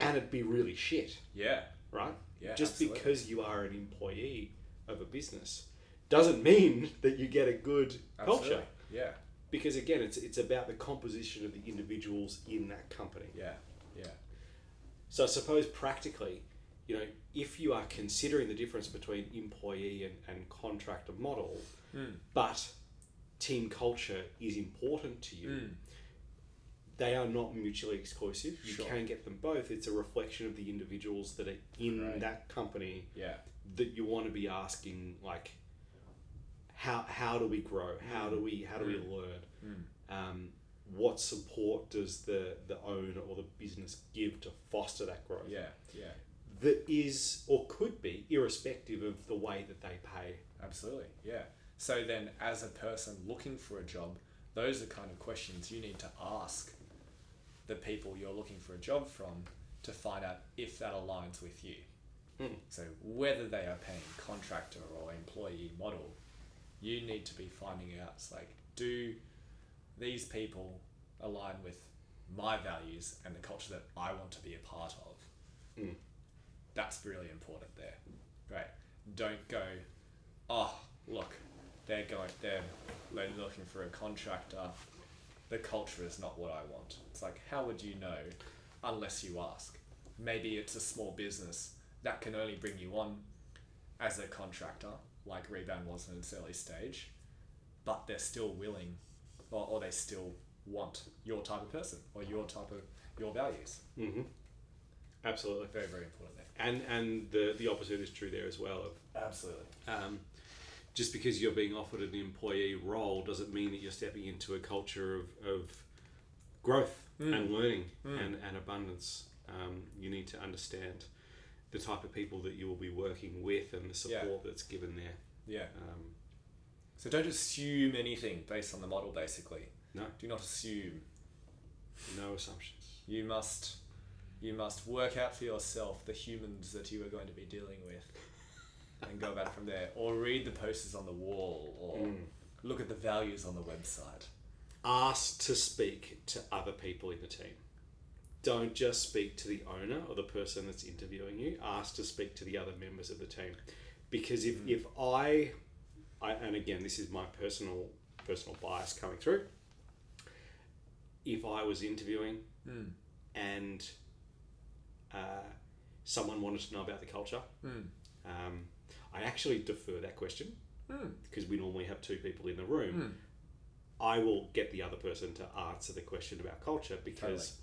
Speaker 2: and it'd be really shit
Speaker 1: Yeah.
Speaker 2: right?
Speaker 1: Yeah,
Speaker 2: Just
Speaker 1: absolutely.
Speaker 2: because you are an employee of a business doesn't mean that you get a good culture
Speaker 1: Absolutely. Yeah,
Speaker 2: because again it's it's about the composition of the individuals in that company
Speaker 1: yeah, yeah,
Speaker 2: so i suppose practically you know if you are considering the difference between employee and, and contractor model Hmm,
Speaker 1: Mm.
Speaker 2: but team culture is important to you
Speaker 1: Mm.
Speaker 2: they are not mutually exclusive you
Speaker 1: Sure.
Speaker 2: can get them both it's a reflection of the individuals that are in
Speaker 1: Right.
Speaker 2: that company
Speaker 1: yeah,
Speaker 2: that you want to be asking like how how do we grow how do we how do we learn um, what support does the the owner or the business give to foster that growth
Speaker 1: yeah, yeah.
Speaker 2: that is or could be irrespective of the way that they pay
Speaker 1: Absolutely, yeah. So then, as a person looking for a job, those are the kind of questions you need to ask the people you're looking for a job from to find out if that aligns with you.
Speaker 2: Hmm.
Speaker 1: So, whether they are paying contractor or employee model, you need to be finding out it's like, do these people align with my values and the culture that I want to be a part of?
Speaker 2: Hmm.
Speaker 1: That's really important there. Right. Don't go, oh look they're going they're lo- looking for a contractor the culture is not what i want it's like how would you know unless you ask maybe it's a small business that can only bring you on as a contractor like rebound was in its early stage but they're still willing or, or they still want your type of person or your type of your values
Speaker 2: mm-hmm. absolutely
Speaker 1: very very important there
Speaker 2: and and the the opposite is true there as well of
Speaker 1: absolutely
Speaker 2: um, just because you're being offered an employee role doesn't mean that you're stepping into a culture of, of growth and learning and, and abundance. Um, you need to understand the type of people that you will be working with and the
Speaker 1: Yeah.
Speaker 2: support that's given there.
Speaker 1: yeah
Speaker 2: Um,
Speaker 1: so don't assume anything based on the model basically
Speaker 2: No.
Speaker 1: do not assume
Speaker 2: no assumptions.
Speaker 1: You must you must work out for yourself the humans that you are going to be dealing with and go about it from there. Or read the posters on the wall or look at the values on the website.
Speaker 2: Ask to speak to other people in the team. Don't just speak to the owner or the person that's interviewing you. Ask to speak to the other members of the team, because if, if I, I, and again, this is my personal personal bias coming through. If I was interviewing,
Speaker 1: Mm.
Speaker 2: and uh, someone wanted to know about the culture,
Speaker 1: Mm.
Speaker 2: um, I actually defer that question
Speaker 1: Mm.
Speaker 2: because we normally have two people in the room. I will get the other person to answer the question about culture because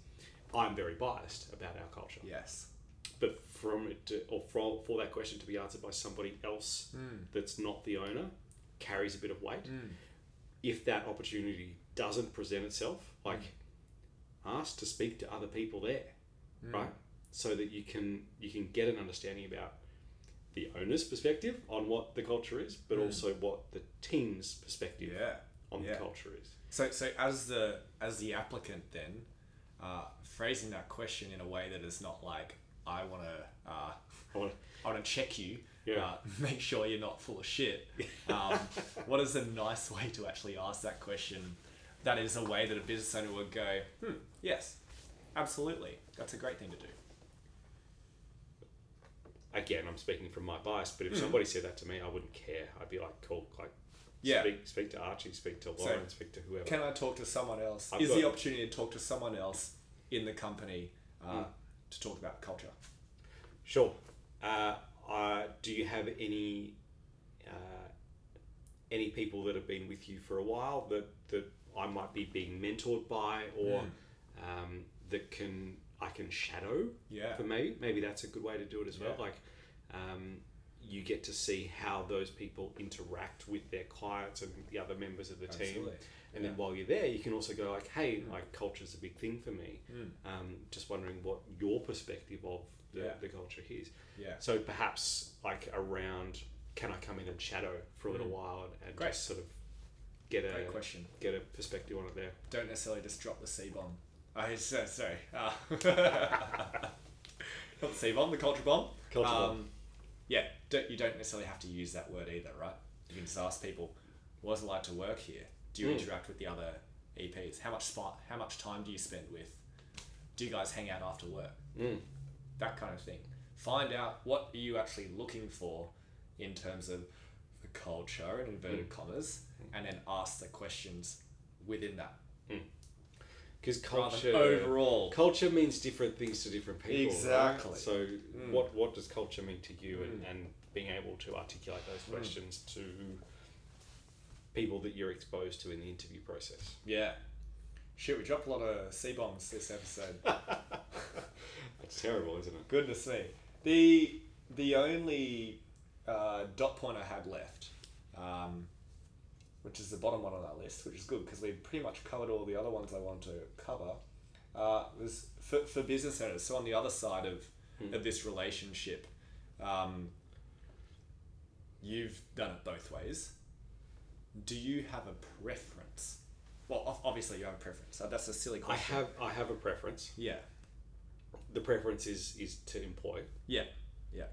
Speaker 2: I'm very biased about our culture.
Speaker 1: Yes.
Speaker 2: But from it to, or from, for that question to be answered by somebody else that's not the owner carries a bit of
Speaker 1: Mm.
Speaker 2: weight. If that opportunity doesn't present itself, like ask to speak to other people there,
Speaker 1: Mm.
Speaker 2: right? So that you can you can get an understanding about the owner's perspective on what the culture is, but also what the team's perspective
Speaker 1: Mm. Yeah.
Speaker 2: on
Speaker 1: yeah.
Speaker 2: the culture is.
Speaker 1: So so as the as the applicant then, uh, phrasing that question in a way that is not like I wanna uh,
Speaker 2: I wanna-
Speaker 1: I want to check you.
Speaker 2: Yeah.
Speaker 1: Uh, make sure you're not full of shit. Um, what is a nice way to actually ask that question? That is a way that a business owner would go, hmm, yes, absolutely. That's a great thing to do.
Speaker 2: again, I'm speaking from my bias, but if
Speaker 1: Hmm.
Speaker 2: somebody said that to me, I wouldn't care. I'd be like, cool, like,
Speaker 1: Yeah.
Speaker 2: speak, speak to Archie, speak to Lauren, speak to whoever.
Speaker 1: Can I talk to someone else?
Speaker 2: I've
Speaker 1: is
Speaker 2: got-
Speaker 1: the opportunity to talk to someone else in the company uh,
Speaker 2: Hmm.
Speaker 1: to talk about culture?
Speaker 2: sure. Uh, uh, do you have any uh, any people that have been with you for a while that that I might be being mentored by, or um, that can I can shadow?
Speaker 1: Hmm. Yeah.
Speaker 2: for maybe maybe that's a good way to do it as well.
Speaker 1: Yeah.
Speaker 2: Like, um, you get to see how those people interact with their clients and the other members of the team.
Speaker 1: Absolutely.
Speaker 2: And then while you're there, you can also go like, "Hey,
Speaker 1: Hmm.
Speaker 2: like culture's a big thing for me. Um, just wondering what your perspective of the,
Speaker 1: Yeah.
Speaker 2: the culture is."
Speaker 1: Yeah.
Speaker 2: So perhaps like around, can I come in and shadow for a little while and, and
Speaker 1: Hmm. Great.
Speaker 2: just sort of get a
Speaker 1: Great question.
Speaker 2: get a perspective on it there?
Speaker 1: Don't necessarily just drop the C bomb. I so, sorry. Oh, Uh, not the C bomb, the culture bomb. Um,
Speaker 2: Culture bomb.
Speaker 1: Yeah, don't, you don't necessarily have to use that word either, right? You can just ask people, "What's it like to work here? Do you interact with the other EPs? How much spot? How much time do you spend with? Do you guys hang out after work? That kind of thing. Find out what are you actually looking for in terms of the culture in inverted commas, and then ask the questions within that.
Speaker 2: Because
Speaker 1: Rather
Speaker 2: culture
Speaker 1: than overall,
Speaker 2: culture means different things to different people. right?
Speaker 1: Exactly. Hmm.
Speaker 2: So what what does culture mean to you and, and being able to articulate those
Speaker 1: Hmm.
Speaker 2: questions to people that you're exposed to in the interview process.
Speaker 1: yeah. Shit, we dropped a lot of C bombs this episode.
Speaker 2: It's terrible, isn't it?
Speaker 1: Goodness me. The the only uh, dot point I had left, um, which is the bottom one on that list, which is good because we pretty much covered all the other ones I wanted to cover, uh, was for, for business owners. So on the other side of, of this relationship, um, you've done it both ways. Do you have a preference? Well, ob- obviously you have a preference. Uh, That's a silly
Speaker 2: I
Speaker 1: question.
Speaker 2: have I have a preference.
Speaker 1: Yeah.
Speaker 2: The preference is is to employ.
Speaker 1: Yeah, yeah.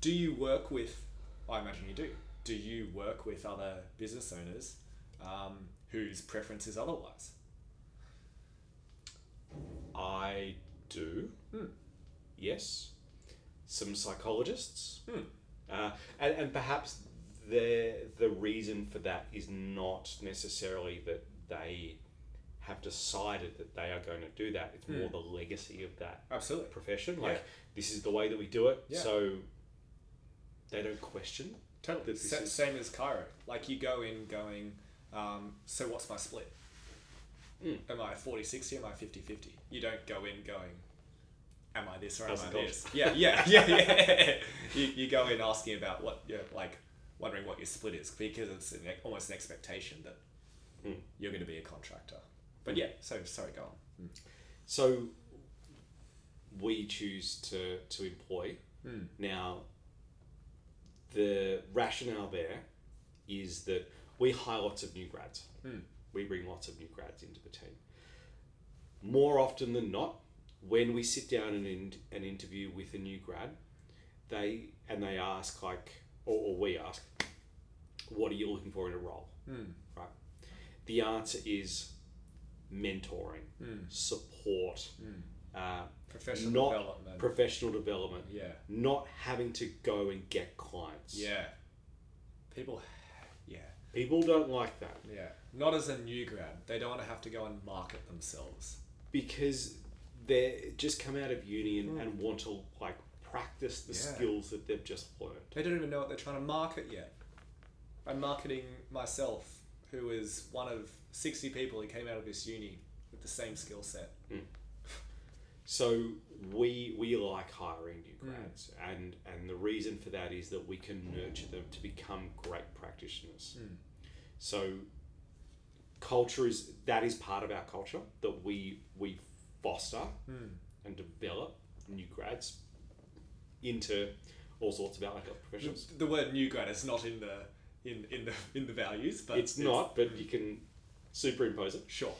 Speaker 1: Do you work with? I imagine you do. Do you work with other business owners um, whose preference is otherwise?
Speaker 2: I do.
Speaker 1: Hmm.
Speaker 2: Yes. Some psychologists.
Speaker 1: Hmm.
Speaker 2: Uh, and, and perhaps the, the reason for that is not necessarily that they have decided that they are going to do that. It's more the legacy of that
Speaker 1: Absolutely.
Speaker 2: profession.
Speaker 1: Hmm. Yeah.
Speaker 2: Like, this is the way that we do it.
Speaker 1: Yeah.
Speaker 2: So they don't question.
Speaker 1: Totally.
Speaker 2: That this
Speaker 1: Sa-
Speaker 2: is-
Speaker 1: Same as Cairo. Like you go in going, um, so what's my split?
Speaker 2: Mm.
Speaker 1: Am I 40 60? Am I 50 50? You don't go in going, am I this or am
Speaker 2: How's
Speaker 1: I
Speaker 2: it going?
Speaker 1: this? Yeah, yeah, yeah, yeah. you, you go in asking about what, you know, like, wondering what your split is because it's an, ex- almost an expectation that
Speaker 2: Mm.
Speaker 1: you're going to be a contractor. But yeah, so sorry, go on.
Speaker 2: So we choose to, to employ.
Speaker 1: Mm.
Speaker 2: Now, the rationale there is that we hire lots of new grads.
Speaker 1: Mm.
Speaker 2: We bring lots of new grads into the team. More often than not, when we sit down and in an interview with a new grad, they and they ask like, or, or we ask, what are you looking for in a role?
Speaker 1: Mm.
Speaker 2: Right. The answer is mentoring,
Speaker 1: Mm.
Speaker 2: support, uh,
Speaker 1: Hmm. Professional
Speaker 2: Hmm. Not
Speaker 1: development.
Speaker 2: professional development
Speaker 1: yeah.
Speaker 2: not having to go and get clients.
Speaker 1: Yeah. People, yeah.
Speaker 2: People don't like that
Speaker 1: Yeah. Not as a new grad. They don't want to have to go and market themselves.
Speaker 2: because they just come out of uni and, and want to like practice the
Speaker 1: Hmm. Yeah.
Speaker 2: skills that they've just learned.
Speaker 1: They don't even know what they're trying to market yet. I'm marketing myself, who is one of 60 people who came out of this uni with the same skill set.
Speaker 2: So we we like hiring new
Speaker 1: Hmm.
Speaker 2: grads and and the reason for that is that we can nurture them to become great practitioners.
Speaker 1: Hmm.
Speaker 2: So culture is that is part of our culture that we we foster and develop new grads into all sorts of allied health
Speaker 1: The,
Speaker 2: professions.
Speaker 1: the word new grad is not in the in, in the in the values, but
Speaker 2: It's not, but you can superimpose it.
Speaker 1: Sure.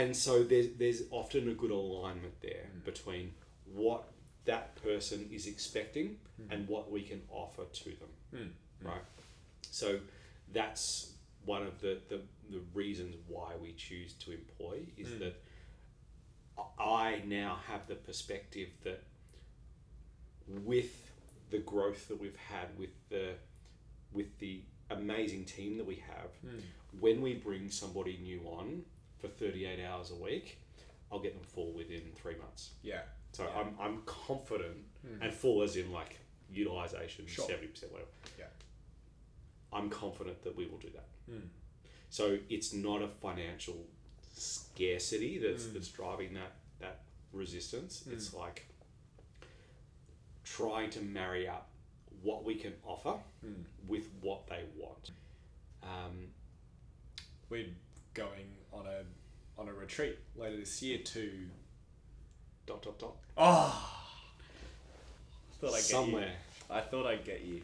Speaker 2: and so there's there's often a good alignment there between what that person is expecting and what we can offer to them right so that's one of the, the the reasons why we choose to employ is that i now have the perspective that with the growth that we've had with the with the amazing team that we have when we bring somebody new on for 38 hours a week i'll get them full within three months
Speaker 1: Yeah. Hmm.
Speaker 2: so i'm, I'm confident and full as in like utilization
Speaker 1: Sure.
Speaker 2: 70% level
Speaker 1: Yeah.
Speaker 2: i'm confident that we will do that so it's not a financial scarcity that's
Speaker 1: Hmm.
Speaker 2: that's driving that that resistance it's like trying to marry up what we can offer
Speaker 1: Hmm.
Speaker 2: with what they want um,
Speaker 1: We're going on a on a retreat later this year to
Speaker 2: dot dot dot
Speaker 1: Oh thought I'd
Speaker 2: Ah!
Speaker 1: Get
Speaker 2: somewhere
Speaker 1: you. I thought I'd get you.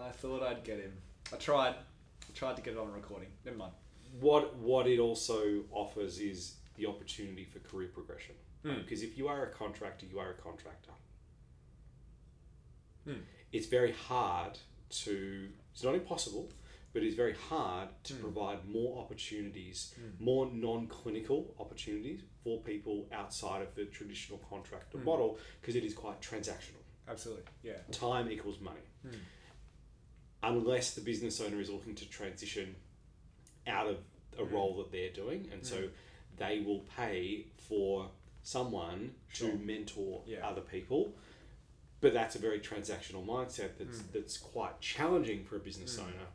Speaker 1: I thought I'd get him. I tried. I tried to get it on recording. Never mind.
Speaker 2: what what it also offers is the opportunity for career progression. Because if you are a contractor, you are a contractor.
Speaker 1: Hmm.
Speaker 2: It's very hard to. It's not impossible, but it's very hard
Speaker 1: Hmm.
Speaker 2: to provide more opportunities, more non-clinical opportunities for people outside of the traditional
Speaker 1: Hmm.
Speaker 2: contractor model, because it is quite transactional
Speaker 1: Absolutely. Yeah.
Speaker 2: time equals money. unless the business owner is looking to transition out of a
Speaker 1: Mm.
Speaker 2: role that they're doing. And so they will pay for someone
Speaker 1: Sure.
Speaker 2: to mentor
Speaker 1: Yeah.
Speaker 2: other people. But that's a very transactional mindset that's
Speaker 1: Mm.
Speaker 2: that's quite challenging for a business owner.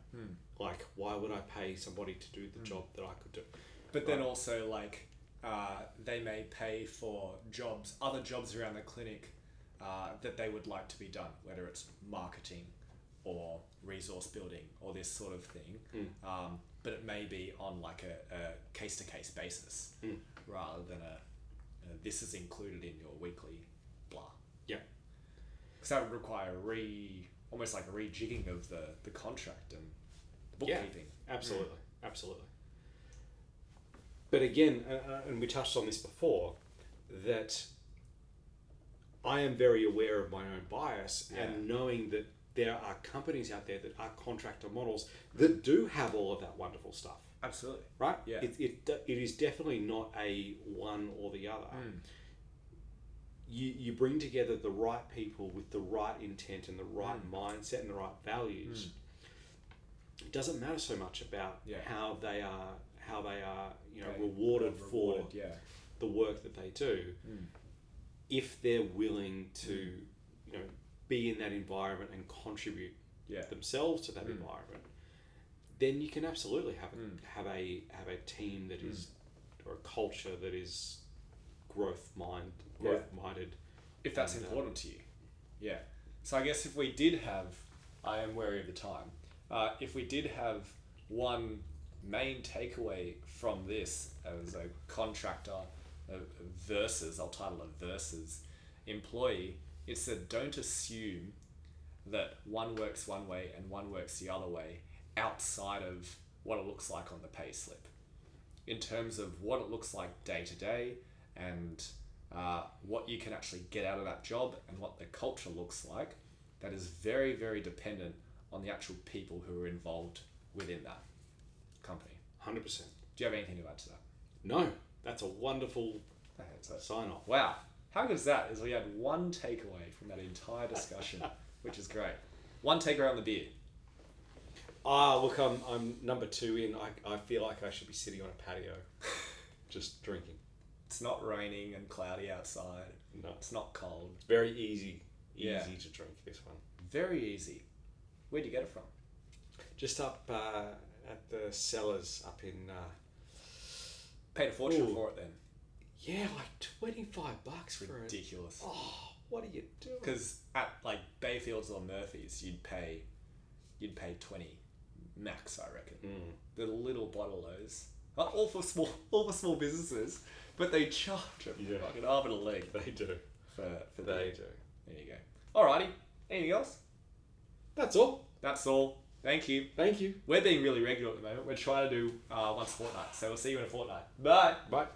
Speaker 2: Like, why would I pay somebody to do
Speaker 1: Mm.
Speaker 2: the job that I could do?
Speaker 1: But then also like uh, they may pay for jobs, other jobs around the clinic uh, that they would like to be done, whether it's marketing or resource building or this sort of thing.
Speaker 2: Hmm.
Speaker 1: Um, but it may be on like a, a case-to-case basis
Speaker 2: Hmm.
Speaker 1: rather than a, a this is included in your weekly blah.
Speaker 2: Yeah.
Speaker 1: Because that would require re almost like a rejigging of the, the contract and the
Speaker 2: Yeah.
Speaker 1: bookkeeping.
Speaker 2: Absolutely, absolutely. But again, uh, uh, and we touched on this before, that I am very aware of my own bias and knowing that there are companies out there that are contractor models that do have all of that wonderful stuff,
Speaker 1: Absolutely.
Speaker 2: right?
Speaker 1: Yeah.
Speaker 2: It, it, d- it is definitely not a one or the other.
Speaker 1: Hmm.
Speaker 2: You, you bring together the right people with the right intent and the right
Speaker 1: Hmm.
Speaker 2: mindset and the right values it doesn't matter so much about
Speaker 1: Yeah.
Speaker 2: how they are how they are you know
Speaker 1: Okay.
Speaker 2: rewarded,
Speaker 1: Rewarded, Hmm.
Speaker 2: for
Speaker 1: yeah.
Speaker 2: the work that they do if they're willing to
Speaker 1: Hmm.
Speaker 2: you know be in that environment and contribute
Speaker 1: Yeah.
Speaker 2: themselves to that
Speaker 1: Hmm.
Speaker 2: environment then you can absolutely have a, have a have a team
Speaker 1: Hmm.
Speaker 2: that is or a culture that is growth mind
Speaker 1: Yeah.
Speaker 2: growth minded
Speaker 1: if that's
Speaker 2: And, uh,
Speaker 1: important to you. Yeah. So I guess if we did have, I am wary of the time. Uh, if we did have one main takeaway from this as a contractor uh, versus, I'll title it versus employee, it's that don't assume that one works one way and one works the other way outside of what it looks like on the pay slip in terms of what it looks like day to day and uh, what you can actually get out of that job and what the culture looks like, that is very, very dependent on the actual people who are involved within that company.
Speaker 2: 100%
Speaker 1: Do you have anything to add to that?
Speaker 2: no that's a wonderful
Speaker 1: I think so.
Speaker 2: sign off
Speaker 1: Wow. How good is that? Is we had one takeaway from that entire discussion, which is great. One takeaway on the beer.
Speaker 2: Ah, look, I'm, I'm number two in. I, I feel like I should be sitting on a patio, just drinking.
Speaker 1: It's not raining and cloudy outside.
Speaker 2: No,
Speaker 1: It's not cold.
Speaker 2: it's very easy, easy
Speaker 1: Yeah.
Speaker 2: to drink this one.
Speaker 1: Very easy. Where'd you get it from?
Speaker 2: Just up uh, at the cellars, up in uh,
Speaker 1: Paid a fortune
Speaker 2: Ooh.
Speaker 1: for it then.
Speaker 2: yeah, like twenty five bucks for it.
Speaker 1: Ridiculous.
Speaker 2: Oh, what are you doing?
Speaker 1: Because at like Bayfields or Murphy's, you'd pay, you'd pay twenty, max. I reckon.
Speaker 2: Mm.
Speaker 1: The little bottle those, Uh, all for small, all for small businesses, but they charge a
Speaker 2: Yeah.
Speaker 1: fucking arm and a leg
Speaker 2: They do.
Speaker 1: for for
Speaker 2: They
Speaker 1: that.
Speaker 2: do.
Speaker 1: There you go. Alrighty. Anything else?
Speaker 2: That's all.
Speaker 1: That's all. Thank you.
Speaker 2: Thank you.
Speaker 1: We're being really regular at the moment. We're trying to do uh, once a fortnight, so we'll see you in a fortnight. Bye.
Speaker 2: Bye.